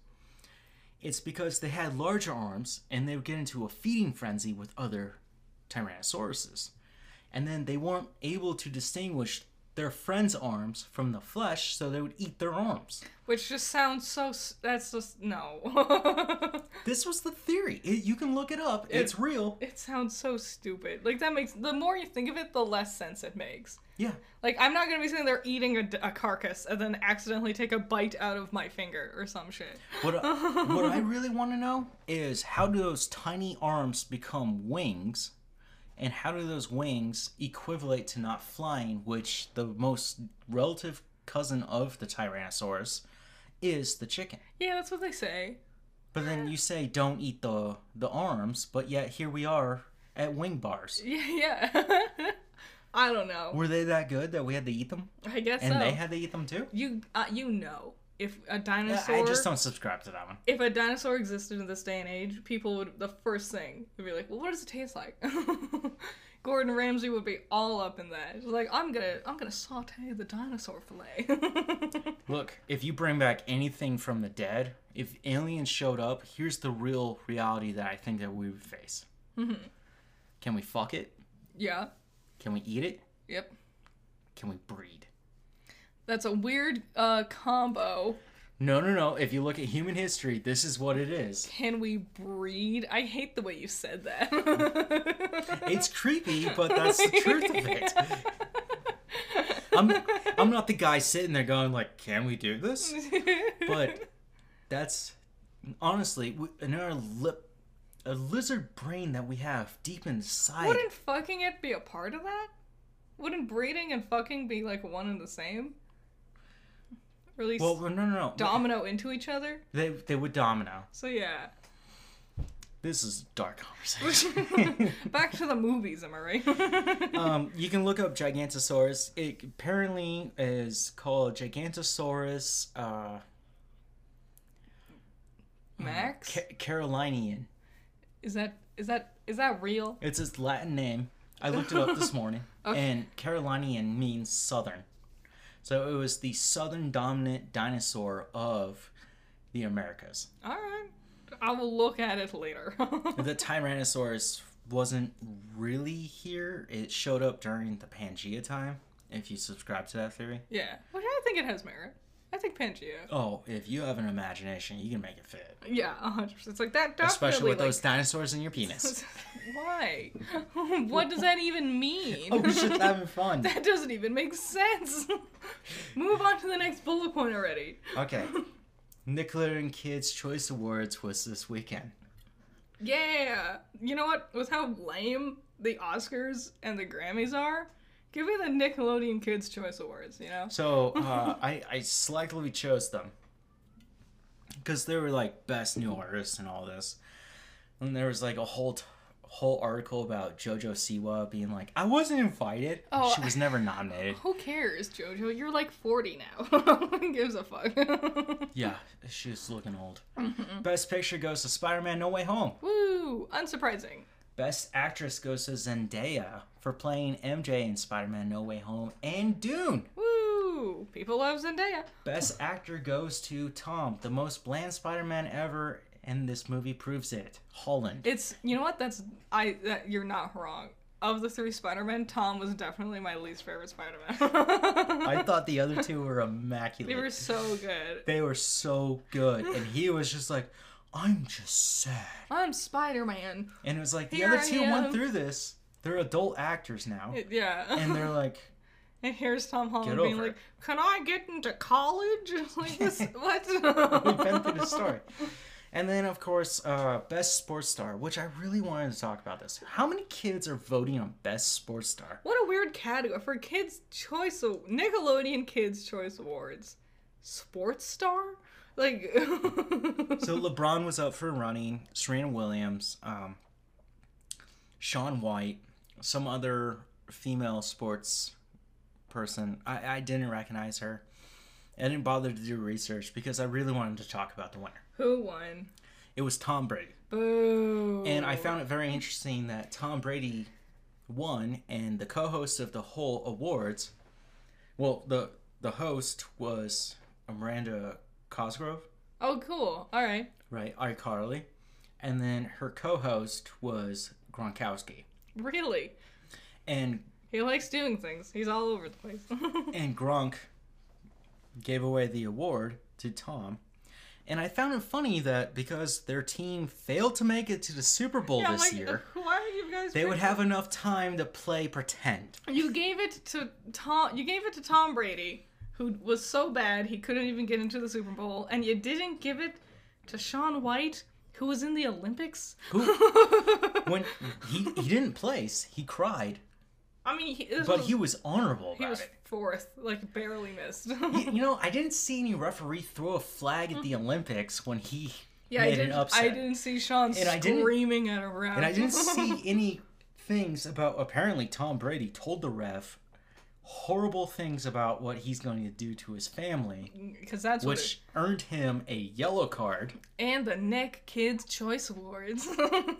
B: It's because they had larger arms and they would get into a feeding frenzy with other Tyrannosauruses. And then they weren't able to distinguish their friends' arms from the flesh, so they would eat their arms.
A: Which just sounds so. s- That's just no.
B: This was the theory. It, you can look it up, it's real.
A: it sounds so stupid. Like that makes the more you think of it, the less sense it makes.
B: Yeah.
A: Like I'm not gonna be sitting there eating a, d- a carcass and then accidentally take a bite out of my finger or some shit.
B: What I, what I really want to know is how do those tiny arms become wings, and how do those wings equivalent to not flying, which the most relative cousin of the Tyrannosaurus is the chicken.
A: Yeah, that's what they say.
B: But then you say don't eat the the arms, but yet here we are at wing bars.
A: Yeah, yeah. I don't know.
B: Were they that good that we had to eat them,
A: I guess
B: and
A: so.
B: they had to eat them too?
A: you uh, you know if a dinosaur
B: I just don't subscribe to that one.
A: if a dinosaur existed in this day and age, people would the first thing would be like, "Well, what does it taste like?" Gordon Ramsay would be all up in that. He's like, "I'm gonna, I'm gonna saute the dinosaur fillet."
B: Look, if you bring back anything from the dead, if aliens showed up, here's the real reality that I think that we would face. Can we fuck it?
A: yeah.
B: Can we eat it?
A: Yep.
B: Can we breed?
A: That's a weird uh, combo.
B: No, no, no. If you look at human history, this is what it is.
A: Can we breed? I hate the way you said that.
B: It's creepy, but that's the truth of it. I'm, I'm not the guy sitting there going like, "Can we do this?" But that's honestly w- another lip, a lizard brain that we have deep inside.
A: Wouldn't fucking it be a part of that? Wouldn't breeding and fucking be like one and the same? Release
B: well, no, no, no.
A: domino into each other?
B: They they would domino.
A: So yeah.
B: This is a dark conversation.
A: Back to the movies, am I right?
B: um, you can look up Gigantosaurus. It apparently is called Gigantosaurus uh,
A: Max?
B: Ca- Carolinian.
A: Is that is that is that real?
B: It's its Latin name. I looked it up this morning, and Carolinian means southern. So it was the southern dominant dinosaur of the Americas.
A: Alright. I will look at it later.
B: The Tyrannosaurus wasn't really here. It showed up during the Pangea time. If you subscribe to that theory.
A: yeah. Which I think it has merit. I think Pangea.
B: Oh, if you have an imagination, you can make it fit.
A: Yeah, a hundred percent. It's like that definitely
B: Especially with
A: like-
B: those dinosaurs in your penis.
A: Why? what does that even mean?
B: oh, we're just having fun.
A: that doesn't even make sense. Move on to the next bullet point already.
B: Okay. Nickelodeon Kids Choice Awards was this weekend.
A: Yeah. You know what? With how lame the Oscars and the Grammys are, give me the Nickelodeon Kids Choice Awards, you know?
B: So uh, I, I selectively chose them because they were like best new artists and all this. And there was like a whole t- whole article about JoJo Siwa being like, I wasn't invited.
A: Oh.
B: She was never nominated.
A: Who cares, JoJo? You're like 40 now. Who gives a fuck?
B: Yeah, she's looking old. Best picture goes to Spider Man No Way Home.
A: Woo! Unsurprising.
B: Best Actress goes to Zendaya for playing MJ in Spider-Man: No Way Home and Dune.
A: Woo! People love Zendaya.
B: Best Actor goes to Tom, the most bland Spider-Man ever, and this movie proves it. Holland.
A: It's, you know what? That's, I, that, you're not wrong. Of the three Spider-Men, Tom was definitely my least favorite Spider-Man.
B: I thought the other two were immaculate.
A: They were so good.
B: They were so good, and he was just like, I'm just sad.
A: I'm Spider Man.
B: And it was like the
A: Here
B: other
A: I
B: two
A: am.
B: went through this. They're adult actors now,
A: Yeah.
B: and they're like,
A: And here's Tom Holland
B: Get
A: being
B: over
A: like,
B: it.
A: "Can I get into college?" like this, what?
B: we've been through the story. And then, of course, uh, best sports star, which I really wanted to talk about this. How many kids are voting on best sports star?
A: What a weird category for Kids Choice Aw- Nickelodeon Kids Choice Awards. Sports star? Like
B: So LeBron was up for running. Serena Williams, um, Sean White, some other female sports person. I, I didn't recognize her. I didn't bother to do research because I really wanted to talk about the winner.
A: who won?
B: It was Tom Brady.
A: Boo.
B: And I found it very interesting that Tom Brady won, and the co-host of the whole awards, well, the the host was Miranda Cosgrove,
A: Oh, cool. All right.
B: right? iCarly, and then her co-host was Gronkowski,
A: Really?
B: and
A: He likes doing things. He's all over the place.
B: and Gronk gave away the award to Tom. And I found it funny that because their team failed to make it to the Super Bowl
A: I'm
B: this
A: like,
B: year,
A: why are you guys?
B: they would
A: picking-
B: have enough time to play pretend.
A: You gave it to Tom. You gave it to Tom Brady, who was so bad he couldn't even get into the Super Bowl, and you didn't give it to Sean White, who was in the Olympics.
B: Who- when he, he didn't place, he cried,
A: I mean, he, this
B: but
A: was,
B: he was honorable
A: he
B: about
A: was
B: it.
A: fourth, like barely missed.
B: You, you know, I didn't see any referee throw a flag at the
A: Mm-hmm.
B: Olympics when he
A: yeah, I
B: made an
A: didn't.
B: upset,
A: I didn't see Sean
B: And I didn't-
A: screaming at a ref.
B: and I didn't see any things about. Apparently, Tom Brady told the ref horrible things about what he's going to do to his family,
A: because that's what. it-
B: which earned him a yellow card.
A: and the Nick Kids Choice Awards.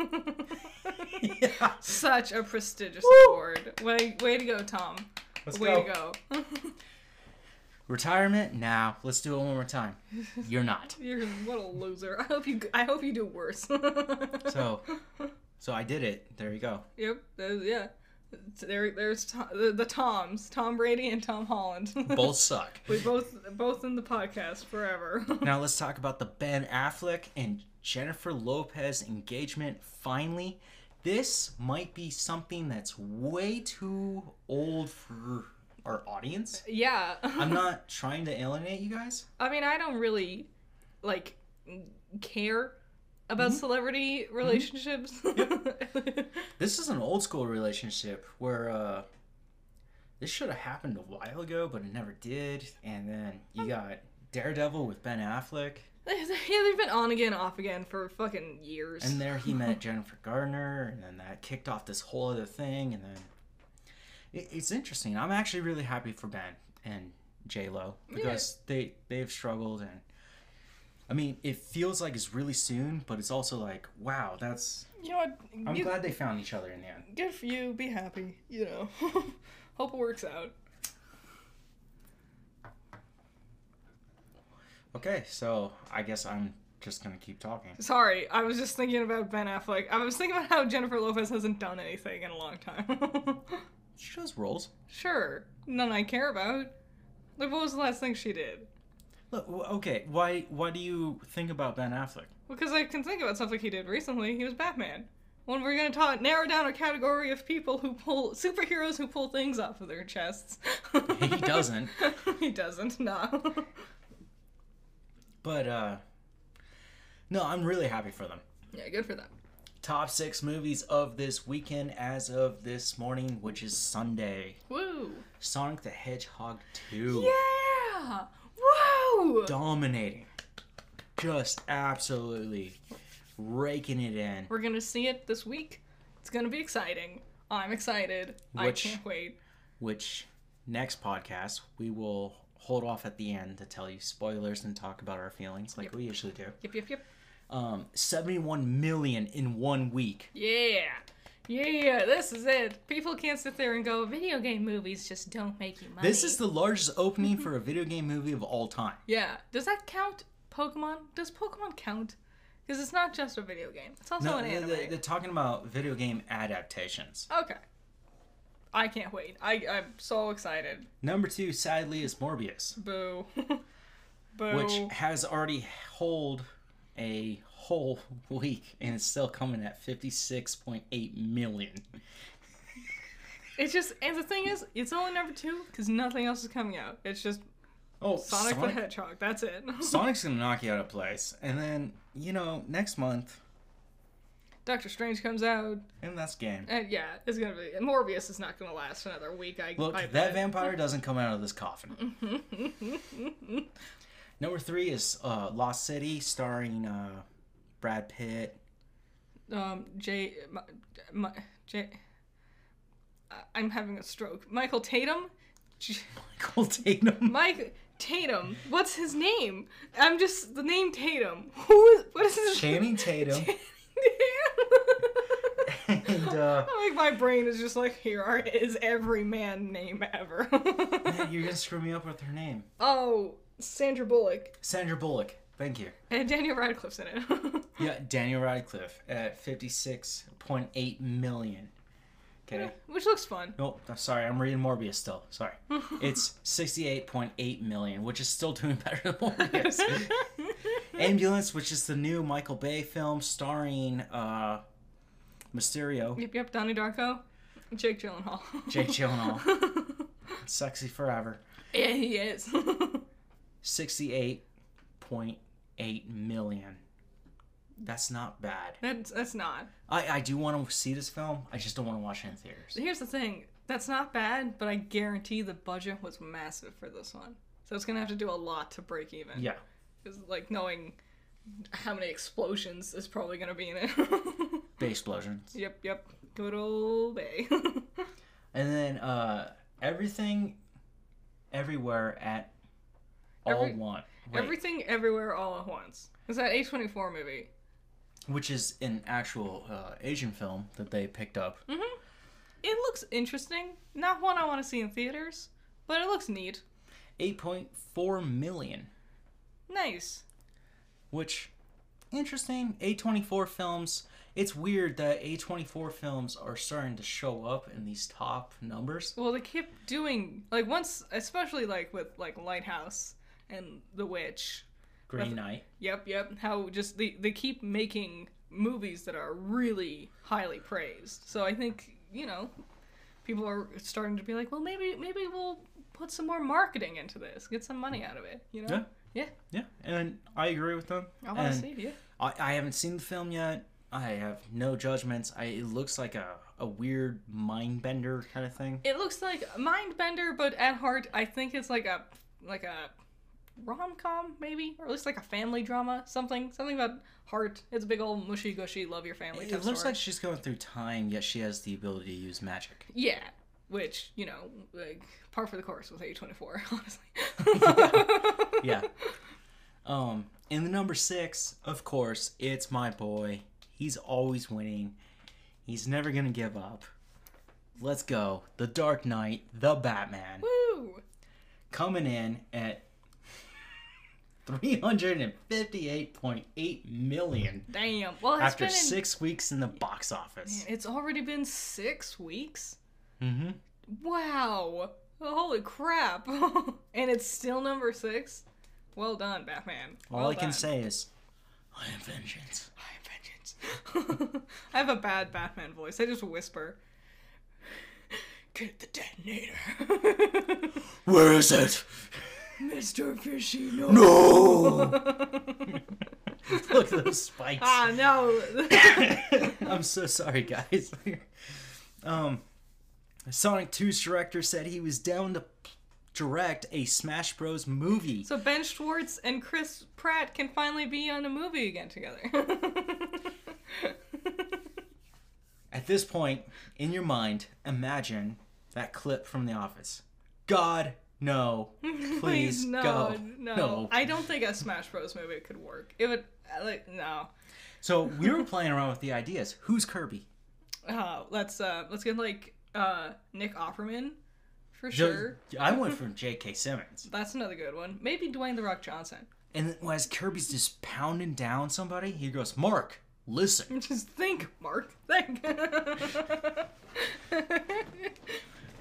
B: yeah,
A: Such a prestigious award. Way, way to go, Tom.
B: let's
A: way
B: go.
A: to go.
B: Retirement now. Let's do it one more time. You're not.
A: You're what a loser. I hope you. I hope you do worse.
B: So, so I did it. There you go.
A: Yep. that- yeah. There, there's Tom, the, the Toms, Tom Brady and Tom Holland.
B: Both suck.
A: we both both in the podcast forever.
B: Now let's talk about the Ben Affleck and Jennifer Lopez engagement. Finally, this might be something that's way too old for our audience.
A: yeah.
B: I'm not trying to alienate you guys.
A: I mean, I don't really like care about
B: Mm-hmm.
A: celebrity relationships.
B: This is an old school relationship where uh this should have happened a while ago, but it never did. And then you got Daredevil with Ben Affleck,
A: yeah, they've been on again, off again for fucking years.
B: and there he met Jennifer Gardner, and then that kicked off this whole other thing, and then it, it's interesting. I'm actually really happy for Ben and J Lo because they they've struggled, and I mean, it feels like it's really soon, but it's also like, wow, that's.
A: you know what?
B: I'm
A: you,
B: glad they found each other in the end.
A: good for you. Be happy. You know. Hope it works out.
B: Okay, so I guess I'm just gonna keep talking.
A: Sorry, I was just thinking about Ben Affleck. I was thinking about how Jennifer Lopez hasn't done anything in a long time.
B: She does roles.
A: sure, none I care about. Like, what was the last thing she did?
B: Look, w- okay, why why do you think about Ben Affleck?
A: Because I can think about stuff like he did recently. He was Batman. When we're gonna talk, narrow down a category of people who pull superheroes who pull things off of their chests.
B: He doesn't.
A: he doesn't. No.
B: But uh, no, I'm really happy for them.
A: yeah, good for them.
B: Top six movies of this weekend as of this morning, which is Sunday.
A: Woo.
B: Sonic the Hedgehog 2.
A: Yeah. Whoa.
B: Dominating. Just absolutely raking it in.
A: We're gonna see it this week. It's gonna be exciting. I'm excited. I
B: Which-
A: can't wait.
B: Which next podcast, we will hold off at the end to tell you spoilers and talk about our feelings like we usually do.
A: Yep, yep, yep.
B: Um, 71 million in one week.
A: Yeah. Yeah, this is it. People can't sit there and go, video game movies just don't make you money.
B: This is the largest opening for a video game movie of all time.
A: Yeah. Does that count Pokemon? Does Pokemon count? Because it's not just a video game, it's also
B: No,
A: an
B: they-
A: anime.
B: they- they're talking about video game adaptations.
A: Okay. I can't wait. I, I'm so excited.
B: Number two, sadly, is Morbius,
A: Boo. Boo.
B: which has already hold a whole week and it's still coming at 56.8 million.
A: It's just, and the thing is, it's only number two because nothing else is coming out. It's just
B: Oh,
A: Sonic,
B: Sonic-
A: the Hedgehog. That's it.
B: Sonic's gonna knock you out of place. And then, you know, next month,
A: Doctor Strange comes out.
B: and that's game.
A: And yeah, it's gonna be Morbius is not gonna last another week. I
B: Look,
A: I
B: that
A: bet.
B: vampire doesn't come out of this coffin. Number three is uh, Lost City, starring uh, Brad Pitt.
A: um J, my, my, J I- I'm having a stroke. Michael Tatum. J-
B: Michael Tatum.
A: Mike Tatum. What's his name? I'm just the name Tatum. Who is what is his
B: Channing Tatum. and uh,
A: like my brain is just like here are, is every man name ever.
B: man, you're gonna screw me up with her name.
A: oh, Sandra Bullock
B: Sandra Bullock. Thank you.
A: and Daniel Radcliffe's in it.
B: Yeah, Daniel Radcliffe at 56.8 million. Okay.
A: Which looks fun.
B: Nope, I'm sorry. I'm reading Morbius still. Sorry. It's 68.8 million, which is still doing better than Morbius. Ambulance, which is the new Michael Bay film starring uh, Mysterio,
A: Yep, yep, Donnie Darko, Jake Gyllenhaal.
B: Jake Gyllenhaal, sexy forever.
A: yeah, he is.
B: 68.8 million. That's not bad.
A: that's that's not.
B: I, I do want to see this film. I just don't want to watch it in theaters.
A: Here's the thing. That's not bad, but I guarantee the budget was massive for this one. So it's gonna have to do a lot to break even.
B: Yeah.
A: Because like knowing how many explosions is probably gonna be in it.
B: Bay explosions.
A: yep, yep. Good old Bay.
B: And then uh, everything, everywhere at all
A: Every-
B: one. Wait,
A: Everything, everywhere, all at once. It's that A twenty four movie.
B: which is an actual uh, Asian film that they picked up.
A: It looks interesting. Not one I want to see in theaters, but it looks neat.
B: 8.4 million,
A: Nice.
B: which interesting. A24 films. It's weird that A24 films are starting to show up in these top numbers.
A: Well, they kept doing like once, especially like with like Lighthouse and The Witch.
B: Green Knight.
A: Yep, yep. How just they they keep making movies that are really highly praised. So I think you know, people are starting to be like, well, maybe maybe we'll put some more marketing into this, get some money out of it. You know? Yeah.
B: Yeah, and I agree with them.
A: I want to
B: And
A: see it. Yeah.
B: I, I haven't seen the film yet. I have no judgments. I, it looks like a, a weird mind bender kind of thing.
A: It looks like Mindbender, but at heart, I think it's like a like a rom com maybe, or at least like a family drama, something something about heart. It's a big old mushy gushy love your family.
B: It
A: type
B: looks
A: story.
B: like she's going through time, yet she has the ability to use magic.
A: yeah, which you know, like par for the course with A twenty four, honestly.
B: Yeah. um, in the number six, of course, it's my boy. He's always winning. He's never gonna give up. Let's go. The Dark Knight, the Batman,
A: Woo!
B: coming in at 358.8 million
A: Damn. Well, it's
B: after
A: been in-
B: six weeks in the box office.
A: it's already been six weeks.
B: Mm-hmm.
A: Wow. Holy crap. and it's still number six. Well done, Batman.
B: All
A: Well
B: I can
A: done.
B: say is, I am vengeance.
A: I am vengeance. I have a bad Batman voice. I just whisper. Get the detonator.
B: Where is it?
A: Mr. Fishy, no.
B: No! Look at those spikes.
A: ah, no.
B: I'm so sorry, guys. um, Sonic 2's director said he was down to p- direct a Smash Bros. movie.
A: so Ben Schwartz and Chris Pratt can finally be on a movie again together.
B: At this point, in your mind, imagine that clip from The Office. God, no. Please,
A: no,
B: go.
A: no, I don't think a Smash Bros. movie could work. It would, uh, like, no.
B: so we were playing around with the ideas. Who's Kirby?
A: Uh, let's uh, let's get like uh, Nick Offerman for
B: Jo-
A: sure.
B: I went from J.K. Simmons.
A: That's another good one. Maybe Dwayne the Rock Johnson.
B: And as Kirby's just pounding down somebody, he goes, Mark, listen.
A: Just think, Mark. Think.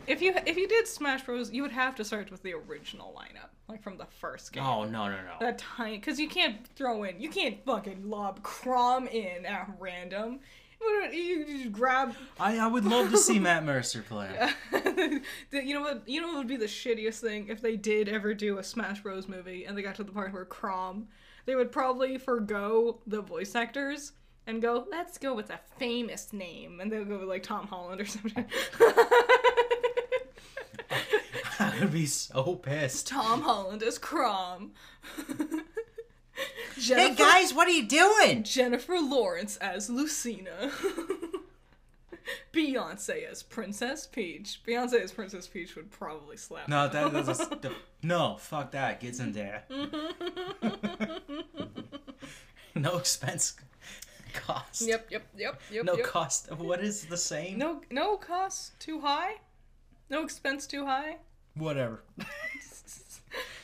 A: If you if you did Smash Bros, you would have to start with the original lineup, like from the first game.
B: Oh no no no.
A: That tiny, because you can't throw in, you can't fucking lob Crom in at random. What do- You just grab.
B: I, I would love to see Matt Mercer play.
A: the- you know what? You know what would be the shittiest thing if they did ever do a Smash Bros movie and they got to the part where Crom, they would probably forgo the voice actors and go, let's go with a famous name, and they'll go with like Tom Holland or something.
B: I would be so pissed.
A: Tom Holland is Crom.
B: Hey
A: Jennifer,
B: guys, what are you doing?
A: Jennifer Lawrence as Lucina. Beyonce as Princess Peach. Beyonce as Princess Peach would probably slap.
B: No, that is a, st- no. Fuck that. Gets in there. no expense cost.
A: Yep, yep, yep, yep.
B: No
A: yep.
B: cost. What is the saying?
A: no, no cost too high. No expense too high.
B: Whatever.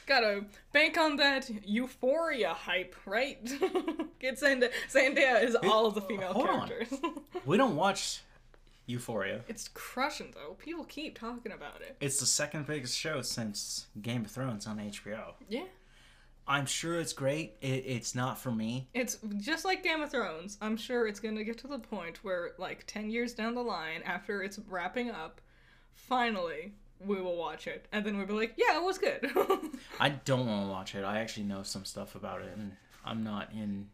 A: Gotta bank on that euphoria hype, right? Get Zendaya. Zendaya is all of the female
B: hold on.
A: characters.
B: We don't watch Euphoria.
A: it's crushing though. People keep talking about it.
B: It's the second biggest show since Game of Thrones on HBO.
A: Yeah.
B: I'm sure it's great. It, it's not for me.
A: It's just like Game of Thrones. I'm sure it's going to get to the point where, like, 10 years down the line, after it's wrapping up, finally we will watch it. And then we'll be like, yeah, it was good.
B: I don't want to watch it. I actually know some stuff about it, and I'm not in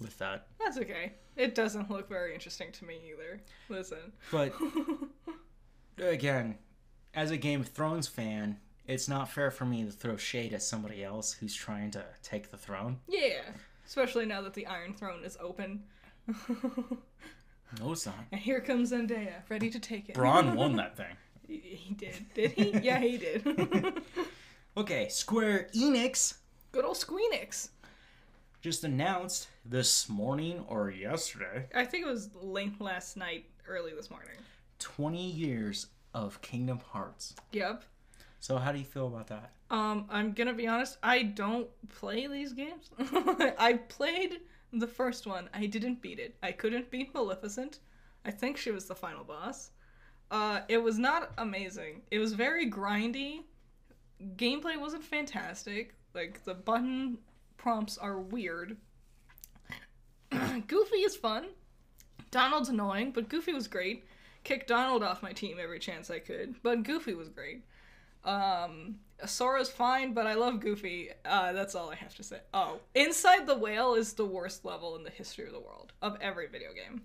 B: with that.
A: That's okay. It doesn't look very interesting to me either. Listen.
B: But again, as a Game of Thrones fan, it's not fair for me to throw shade at somebody else who's trying to take the throne.
A: Yeah. Especially now that the Iron Throne is open.
B: No, it's not.
A: and here comes Zendaya, ready to take it.
B: Braun won that thing.
A: He- he did. Did he? Yeah, he did.
B: Okay, Square Enix
A: good old Squeenix.
B: just announced this morning or yesterday
A: I think it was late last night, early this morning.
B: 20 years of Kingdom Hearts.
A: Yep.
B: So, how do you feel about that?
A: Um, I'm gonna be honest, I don't play these games. I played the first one, I didn't beat it. I couldn't beat Maleficent. I think she was the final boss. Uh, it was not amazing. It was very grindy. Gameplay wasn't fantastic. Like, the button prompts are weird. Goofy is fun. Donald's annoying, but Goofy was great. Kicked Donald off my team every chance I could, but Goofy was great. Um, Sora's fine, but I love Goofy. Uh, that's all I have to say. Oh, Inside the Whale is the worst level in the history of the world of every video game.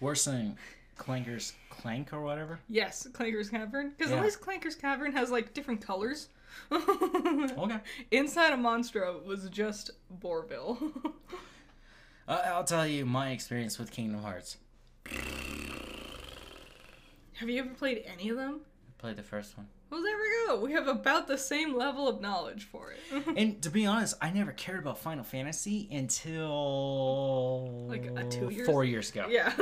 B: Worse than Clanker's Clank or whatever?
A: Yes, Clanker's Cavern, because
B: Yeah.
A: at least Clanker's Cavern has like different colors.
B: Okay.
A: Inside a Monstro was just Borville.
B: Uh, I'll tell you my experience with Kingdom Hearts.
A: have you ever played any of them?
B: I played the first one.
A: Well, there we go. We have about the same level of knowledge for it.
B: And to be honest, I never cared about Final Fantasy until
A: Like, uh, two years-
B: four years ago,
A: yeah.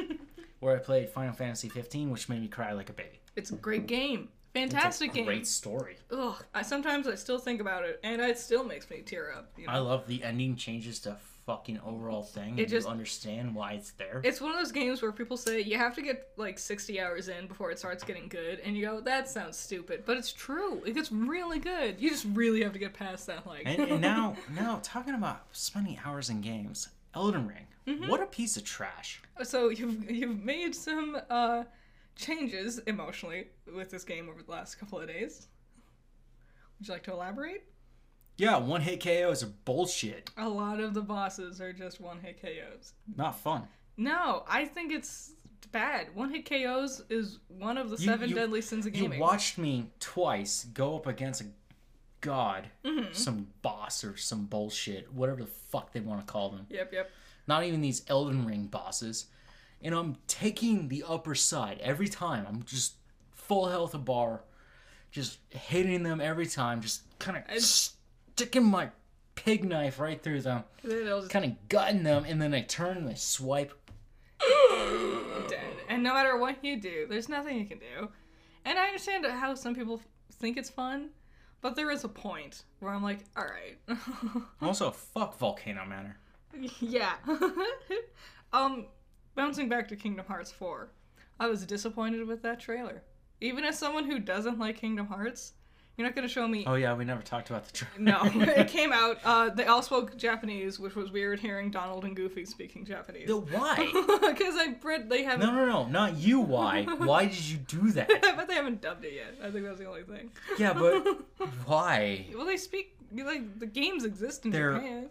B: where I played Final Fantasy 15, which made me cry like a baby.
A: it's a great game.
B: It's a
A: Fantastic game.
B: great story.
A: Ugh, I, sometimes I still think about it, and it still makes me tear up. You know?
B: I love the ending changes to fucking overall thing. and
A: just-
B: you understand why it's there.
A: it's one of those games where people say you have to get like 60 hours in before it starts getting good, and you go, that sounds stupid, but it's true. It gets really good. You just really have to get past that, like.
B: and, and now, now talking about spending hours in games, Elden Ring.
A: Mm-hmm.
B: What a piece of trash.
A: so you've you've made some uh, changes emotionally with this game over the last couple of days. Would you like to elaborate?
B: Yeah, one hit KOs are bullshit.
A: A lot of the bosses are just one hit KOs.
B: Not fun.
A: No, I think it's bad. One hit KOs is one of the seven
B: you-
A: deadly sins of
B: You
A: gaming.
B: watched me twice go up against a god, some boss or some bullshit, whatever the fuck they want to call them.
A: Yep, yep.
B: Not even these Elden Ring bosses. And I'm taking the upper side every time. I'm just full health a bar, just hitting them every time, just kind of sticking my pig knife right through them,
A: And then it'll just
B: kind of gutting them, and then I turn and I swipe.
A: dead. And no matter what you do, there's nothing you can do. And I understand how some people think it's fun, but there is a point where I'm like, all right.
B: Also, fuck Volcano Manor.
A: yeah. um, bouncing back to Kingdom Hearts 4, I was disappointed with that trailer. Even as someone who doesn't like Kingdom Hearts, you're not going to show me.
B: Oh yeah, we never talked about the trailer.
A: No, it came out. Uh, they all spoke Japanese, which was weird hearing Donald and Goofy speaking Japanese.
B: the why?
A: Because I read they haven't.
B: No, no, no, not you. Why? Why did you do that?
A: I bet they haven't dubbed it yet. I think that's the only thing.
B: Yeah, but why?
A: Well, they speak like the games exist in
B: They're-
A: Japan. The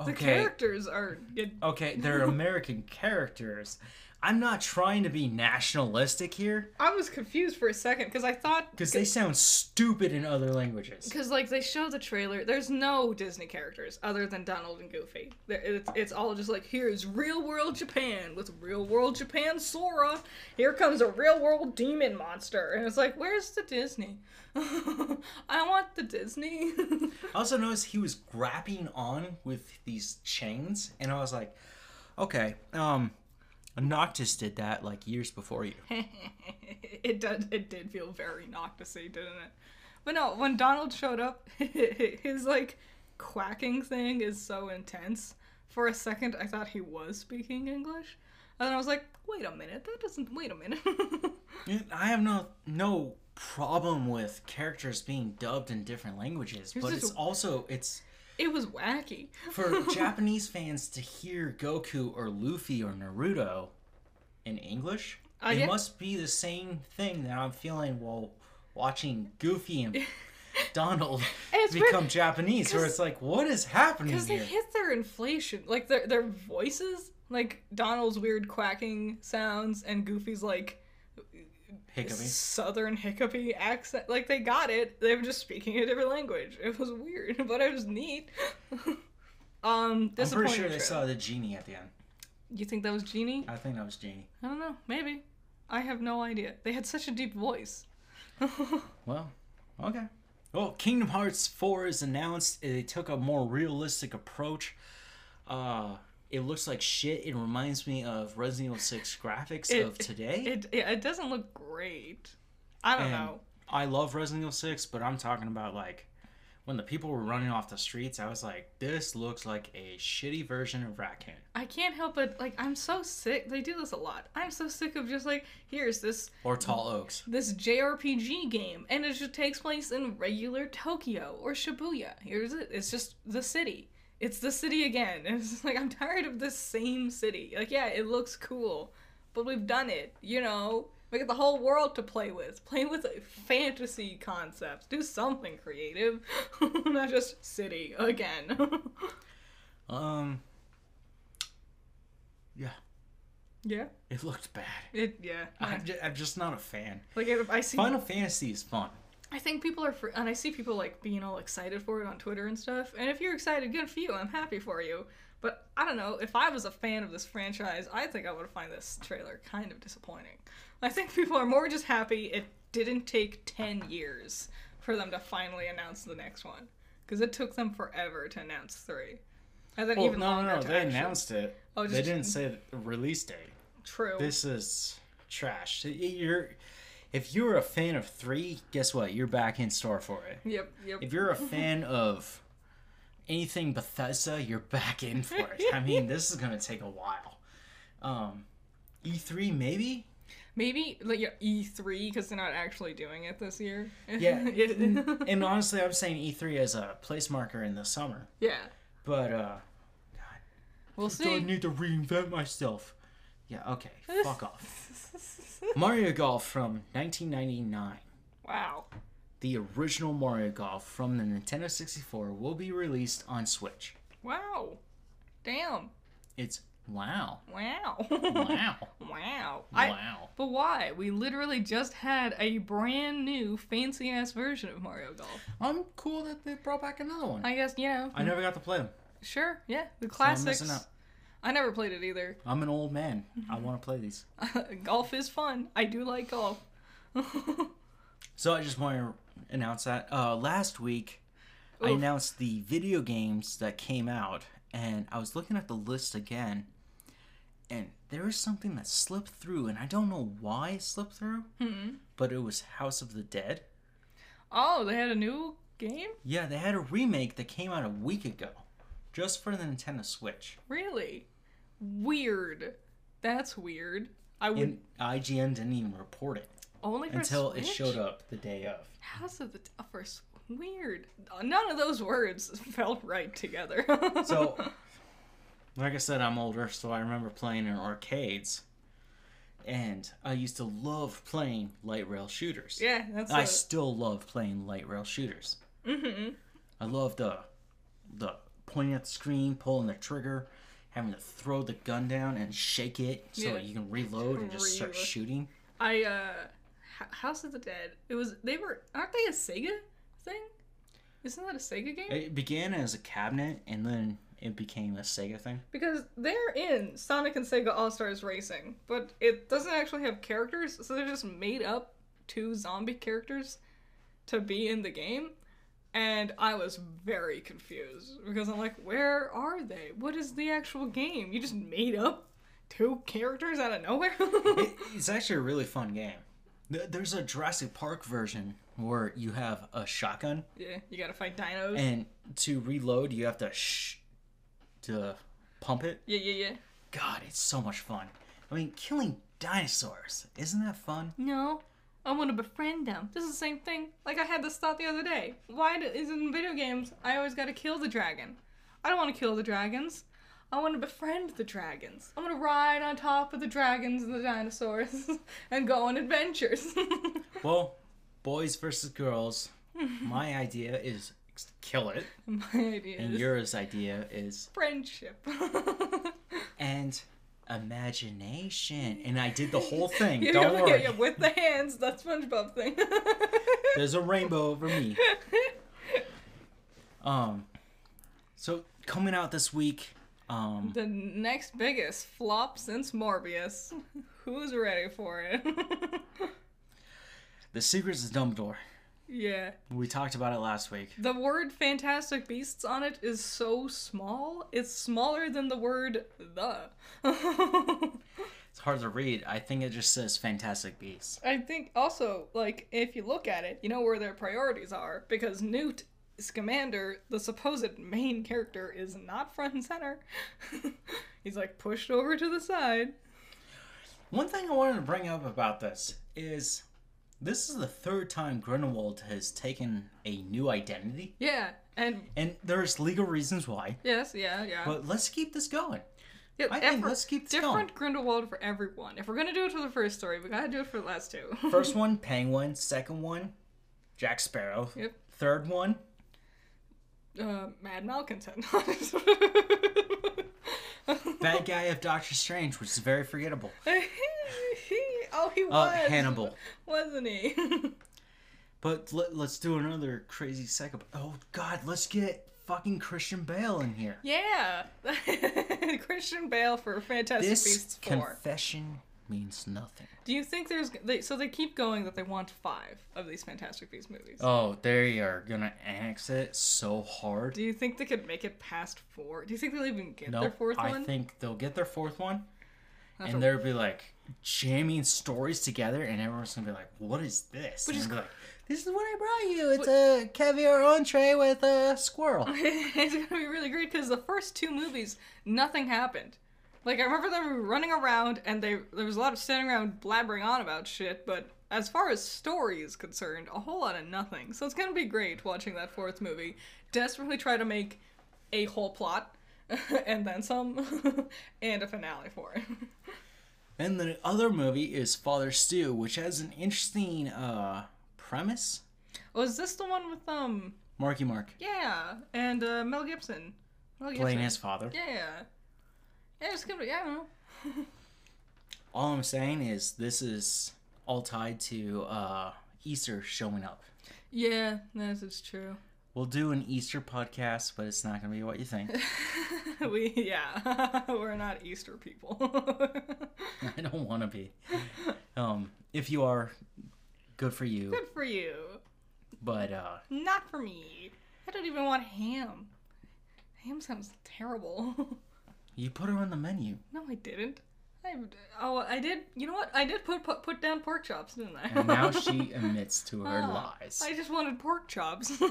B: Okay, Oh.
A: characters are get
B: okay, they're American characters. I'm not trying to be nationalistic here
A: I was confused for a second because I thought
B: because they sound stupid in other languages.
A: because like they show the trailer. There's no Disney characters other than Donald and Goofy. There- It's, it's all just like here's real world Japan with real world Japan Sora. Here comes a real world demon monster, and it's like where's the Disney? I want the Disney.
B: I also noticed he was grappling on with these chains, and I was like, okay, um, Noctis did that like years before you.
A: it does. It did feel very Noctisy, didn't it? But no, when Donald showed up, his like quacking thing is so intense. For a second, I thought he was speaking English, and then I was like, "Wait a minute, that doesn't. Wait a minute."
B: Yeah, I have no no problem with characters being dubbed in different languages, but
A: this-
B: it's also it's
A: it was wacky.
B: for Japanese fans to hear Goku or Luffy or Naruto in English.
A: Uh,
B: it
A: yeah.
B: must be the same thing that I'm feeling while watching Goofy and Donald
A: it's weird,
B: become Japanese, where
A: 'cause-
B: it's like, what is happening
A: Because they
B: here?
A: hit their inflation, like their their voices, like Donald's weird quacking sounds and Goofy's like
B: Hiccuping.
A: southern hiccupy accent. Like they got it. They were just speaking a different language. It was weird, but it was neat. um,
B: I'm pretty
A: disappointing
B: sure they
A: trailer.
B: saw the genie at the end.
A: You think that was Genie?
B: I think that was genie.
A: I don't know. Maybe. I have no idea. They had such a deep voice.
B: Well, okay. Well, Kingdom Hearts 4 is announced. They took a more realistic approach. Uh, it looks like shit. It reminds me of Resident Evil 6 graphics
A: It-
B: of today.
A: it yeah, it doesn't look great. I don't
B: And
A: know.
B: I love Resident Evil 6, but I'm talking about like when the people were running off the streets, I was like, this looks like a shitty version of Raccoon.
A: I can't help but like I'm so sick. They do this a lot. I'm so sick of just like here's this
B: Or
A: Mm.
B: Tall Oaks.
A: this JRPG game, and it just takes place in regular Tokyo or Shibuya. Here's it. It's just the city. It's the city again. And it's just like I'm tired of this same city. Like yeah, it looks cool, but we've done it. You know, we got the whole world to play with. Play with fantasy concepts. Do something creative, not just city again.
B: Um, yeah,
A: yeah.
B: it looked bad.
A: It yeah.
B: I'm just, I'm just not a fan.
A: Like if I see
B: Final Fantasy is fun.
A: I think people are, fr- and I see people like being all excited for it on Twitter and stuff. And if you're excited, good for you. I'm happy for you. But I don't know. If I was a fan of this franchise, I think I would find this trailer kind of disappointing. I think people are more just happy it didn't take 10 years for them to finally announce the next one. Because it took them forever to announce three. And then
B: Well,
A: even
B: no,
A: longer
B: no, no.
A: to
B: They
A: actually-
B: announced it.
A: Oh,
B: they
A: just-
B: didn't say the release date.
A: True.
B: This is trash. You're, if you're a fan of three, guess what? You're back in store for it.
A: Yep, yep.
B: If you're a fan of anything Bethesda, you're back in for it. I mean, this is gonna take a while. Um, E3 maybe.
A: Maybe like yeah, E3 because they're not actually doing it this year.
B: Yeah, and, and honestly, I'm saying E3 as a place marker in the summer.
A: yeah.
B: But uh,
A: We'll
B: do I
A: see.
B: need to reinvent myself? Yeah. Okay. Fuck off. Mario Golf from 1999.
A: wow.
B: The original Mario Golf from the Nintendo 64 will be released on Switch.
A: Wow. Damn.
B: It's wow.
A: Wow.
B: Wow.
A: wow. I,
B: wow.
A: but why? We literally just had a brand new fancy ass version of Mario Golf.
B: I'm cool that they brought back another one. I,
A: I guess, you know.
B: never got to play them.
A: sure, yeah. The
B: So I'm
A: classics.
B: missing out.
A: I never played it either.
B: I'm an old man. I want to play these.
A: golf is fun. I do like golf.
B: So I just want to announce that. Uh, last week, I
A: Oof.
B: announced the video games that came out, and I was looking at the list again, and there was something that slipped through, and I don't know why it slipped through,
A: Mm-hmm.
B: but it was House of the Dead.
A: oh, they had a new game?
B: Yeah, they had a remake that came out a week ago, just for the Nintendo Switch.
A: Really? Weird. That's weird. I would.
B: And IGN didn't even report it.
A: Only Mm. for
B: until
A: Switch?
B: it showed up the day of.
A: House of the oh, First, weird. None of those words felt right together.
B: So, like I said, I'm older, so I remember playing in arcades, and I used to love playing light rail shooters.
A: yeah, that's
B: I
A: a-
B: still love playing light rail shooters. Mm-hmm. I love the the pointing at the screen, pulling the trigger, having to throw the gun down and shake it so
A: Yeah.
B: that you can reload and just start
A: Reload.
B: shooting.
A: I uh H- House of the Dead. It was they were aren't they a Sega thing? Isn't that a Sega game?
B: It began as a cabinet, and then it became a Sega thing.
A: Because they're in Sonic and Sega All Stars Racing, but it doesn't actually have characters, so they just made up two zombie characters to be in the game. And I was very confused because I'm like, where are they? What is the actual game? You just made up two characters out of nowhere?
B: It- it's actually a really fun game. Th- There's a Jurassic Park version where you have a shotgun,
A: yeah, you gotta fight dinos.
B: and to reload, you have to sh- to pump it.
A: yeah, yeah, yeah.
B: God, it's so much fun. I mean, killing dinosaurs isn't that fun?
A: No, I want to befriend them. This is the same thing. Like I had this thought the other day. Why do, is in video games I always got to kill the dragon? I don't want to kill the dragons. I want to befriend the dragons. I want to ride on top of the dragons and the dinosaurs and go on adventures.
B: Well, boys versus girls. My idea is kill it,
A: My idea
B: and
A: is
B: yours idea is
A: friendship.
B: and imagination. And I did the whole thing.
A: Yeah,
B: Don't
A: yeah,
B: worry.
A: yeah, with the hands, that SpongeBob thing.
B: There's a rainbow over me. Um, so coming out this week, um,
A: the next biggest flop since Morbius. Who's ready for it?
B: The Secrets of Dumbledore.
A: yeah.
B: We talked about it last week.
A: The word Fantastic Beasts on it is so small. It's smaller than the word the.
B: It's hard to read. I think it just says Fantastic Beasts.
A: I think also, like, if you look at it, you know where their priorities are because Newt Scamander, the supposed main character, is not front and center. He's like pushed over to the side.
B: One thing I wanted to bring up about this is this is the third time Grindelwald has taken a new identity,
A: Yeah, and
B: and there's legal reasons why.
A: yes, yeah, yeah.
B: But let's keep this going.
A: yeah
B: I think
A: effort-
B: let's keep this
A: different Grindelwald for everyone. If we're gonna do it for the first story, we gotta do it for the last two.
B: going. First one, Penguin. Second one, Jack Sparrow.
A: Yep.
B: Third one,
A: uh, Mad Malcontent.
B: bad guy of Doctor Strange, which is very forgettable.
A: oh, he
B: Uh,
A: was
B: Hannibal.
A: wasn't he?
B: But let, let's do another crazy psychopath. Oh God, let's get fucking Christian Bale in here.
A: yeah, Christian Bale for Fantastic
B: This
A: Beasts four.
B: confession means nothing.
A: Do you think there's they, so they keep going that they want five of these Fantastic Beasts movies?
B: Oh, they are gonna annex it so hard.
A: Do you think they could make it past four? Do you think they'll even get
B: No,
A: their fourth
B: I
A: one?
B: think they'll get their fourth one,
A: a-
B: and they'll be like jamming stories together, and everyone's gonna be like, "What is this?" Which
A: is
B: and they'll be like, "This is what I brought you. It's a caviar entree with a squirrel."
A: it's gonna be really great because the first two movies, nothing happened. Like I remember them running around, and they there was a lot of standing around blabbering on about shit. But as far as story is concerned, a whole lot of nothing. So it's gonna be great watching that fourth movie. Desperately try to make a whole plot, and then some, and a finale for it.
B: Then the other movie is Father Stew, which has an interesting uh, premise.
A: Was this the one with um?
B: Marky Mark
A: Yeah, and uh, Mel Gibson. Mel Gibson.
B: playing his father.
A: Yeah. Yeah, it's gonna be. I don't know.
B: All I'm saying is this is all tied to uh, Easter showing up.
A: Yeah, that's it's true.
B: We'll do an Easter podcast, but it's not going to be what you think.
A: we yeah we're not easter people
B: I don't want to be. Um, if you are, good for you.
A: good for you
B: But uh,
A: not for me i don't even want ham ham sounds terrible
B: you put her on the menu.
A: no i didn't I, oh i did you know what i did put put, put down pork chops didn't i
B: And now she admits to her
A: Ah,
B: lies.
A: i just wanted pork chops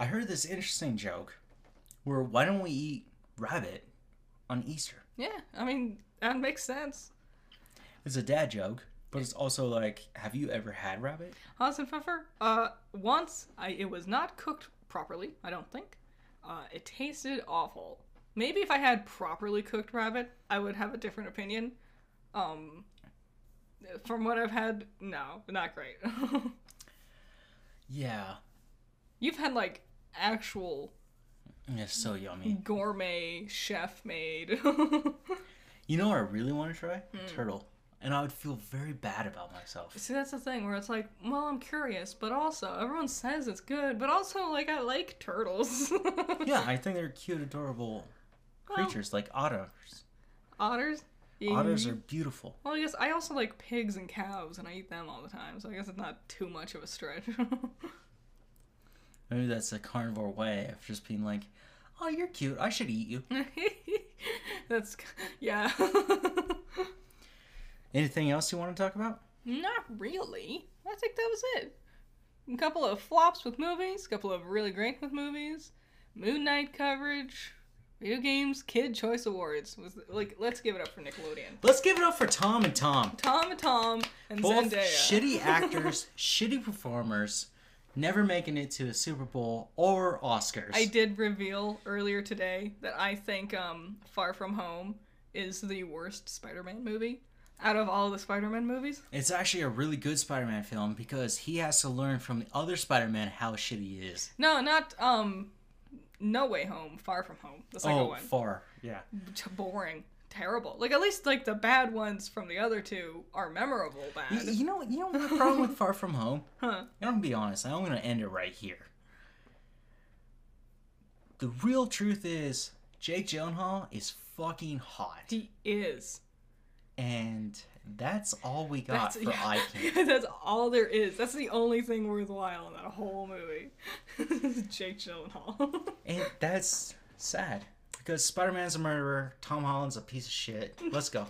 B: I heard this interesting joke where why don't we eat rabbit on Easter?
A: yeah i mean that makes sense
B: It's a dad joke, but it's also like, have you ever had rabbit?
A: Hans and Pfeffer. Uh, once I it was not cooked properly. I don't think. Uh, it tasted awful. Maybe if I had properly cooked rabbit, I would have a different opinion. Um, from what I've had, no, not great.
B: Yeah.
A: You've had like actual
B: It's so yummy.
A: gourmet chef made.
B: You know what I really want to try?
A: Hmm.
B: Turtle. And I would feel very bad about myself.
A: See, that's the thing where it's like, well, I'm curious, but also everyone says it's good, but also like I like turtles.
B: Yeah, I think they're cute, adorable creatures like otters.
A: Otters. Yeah.
B: Otters are beautiful.
A: Well, I guess I also like pigs and cows, and I eat them all the time, so I guess it's not too much of a stretch.
B: Maybe that's a carnivore way of just being like, oh, you're cute. I should eat you.
A: that's yeah.
B: Anything else you want to talk about?
A: Not really. I think that was it. A couple of flops with movies, a couple of really great with movies, Moon Knight coverage, video games, Kid Choice Awards. Was like, let's give it up for Nickelodeon.
B: Let's give it up for Tom and Tom.
A: Tom and Tom and
B: Both
A: Zendaya.
B: shitty actors, shitty performers, never making it to a Super Bowl or Oscars.
A: I did reveal earlier today that I think um, Far From Home is the worst Spider-Man movie out of all the Spider-Man movies.
B: It's actually a really good Spider-Man film because he has to learn from the other Spider-Man how shitty he is.
A: No, not um, No Way Home, Far From Home, the second
B: Oh,
A: one.
B: far. Yeah.
A: t- boring, terrible. Like at least like the bad ones from the other two are memorable
B: Y-
A: bad.
B: You know, you know my problem with Far From Home.
A: Huh.
B: And I'm gonna be honest. I'm gonna end it right here. The real truth is Jake Gyllenhaal is fucking hot,
A: He is.
B: and that's all we got for
A: yeah,
B: eye candy.
A: that's all there is. That's the only thing worthwhile in that whole movie. Jake Gyllenhaal.
B: And that's sad because Spider-Man's a murderer. Tom Holland's a piece of shit. Let's go.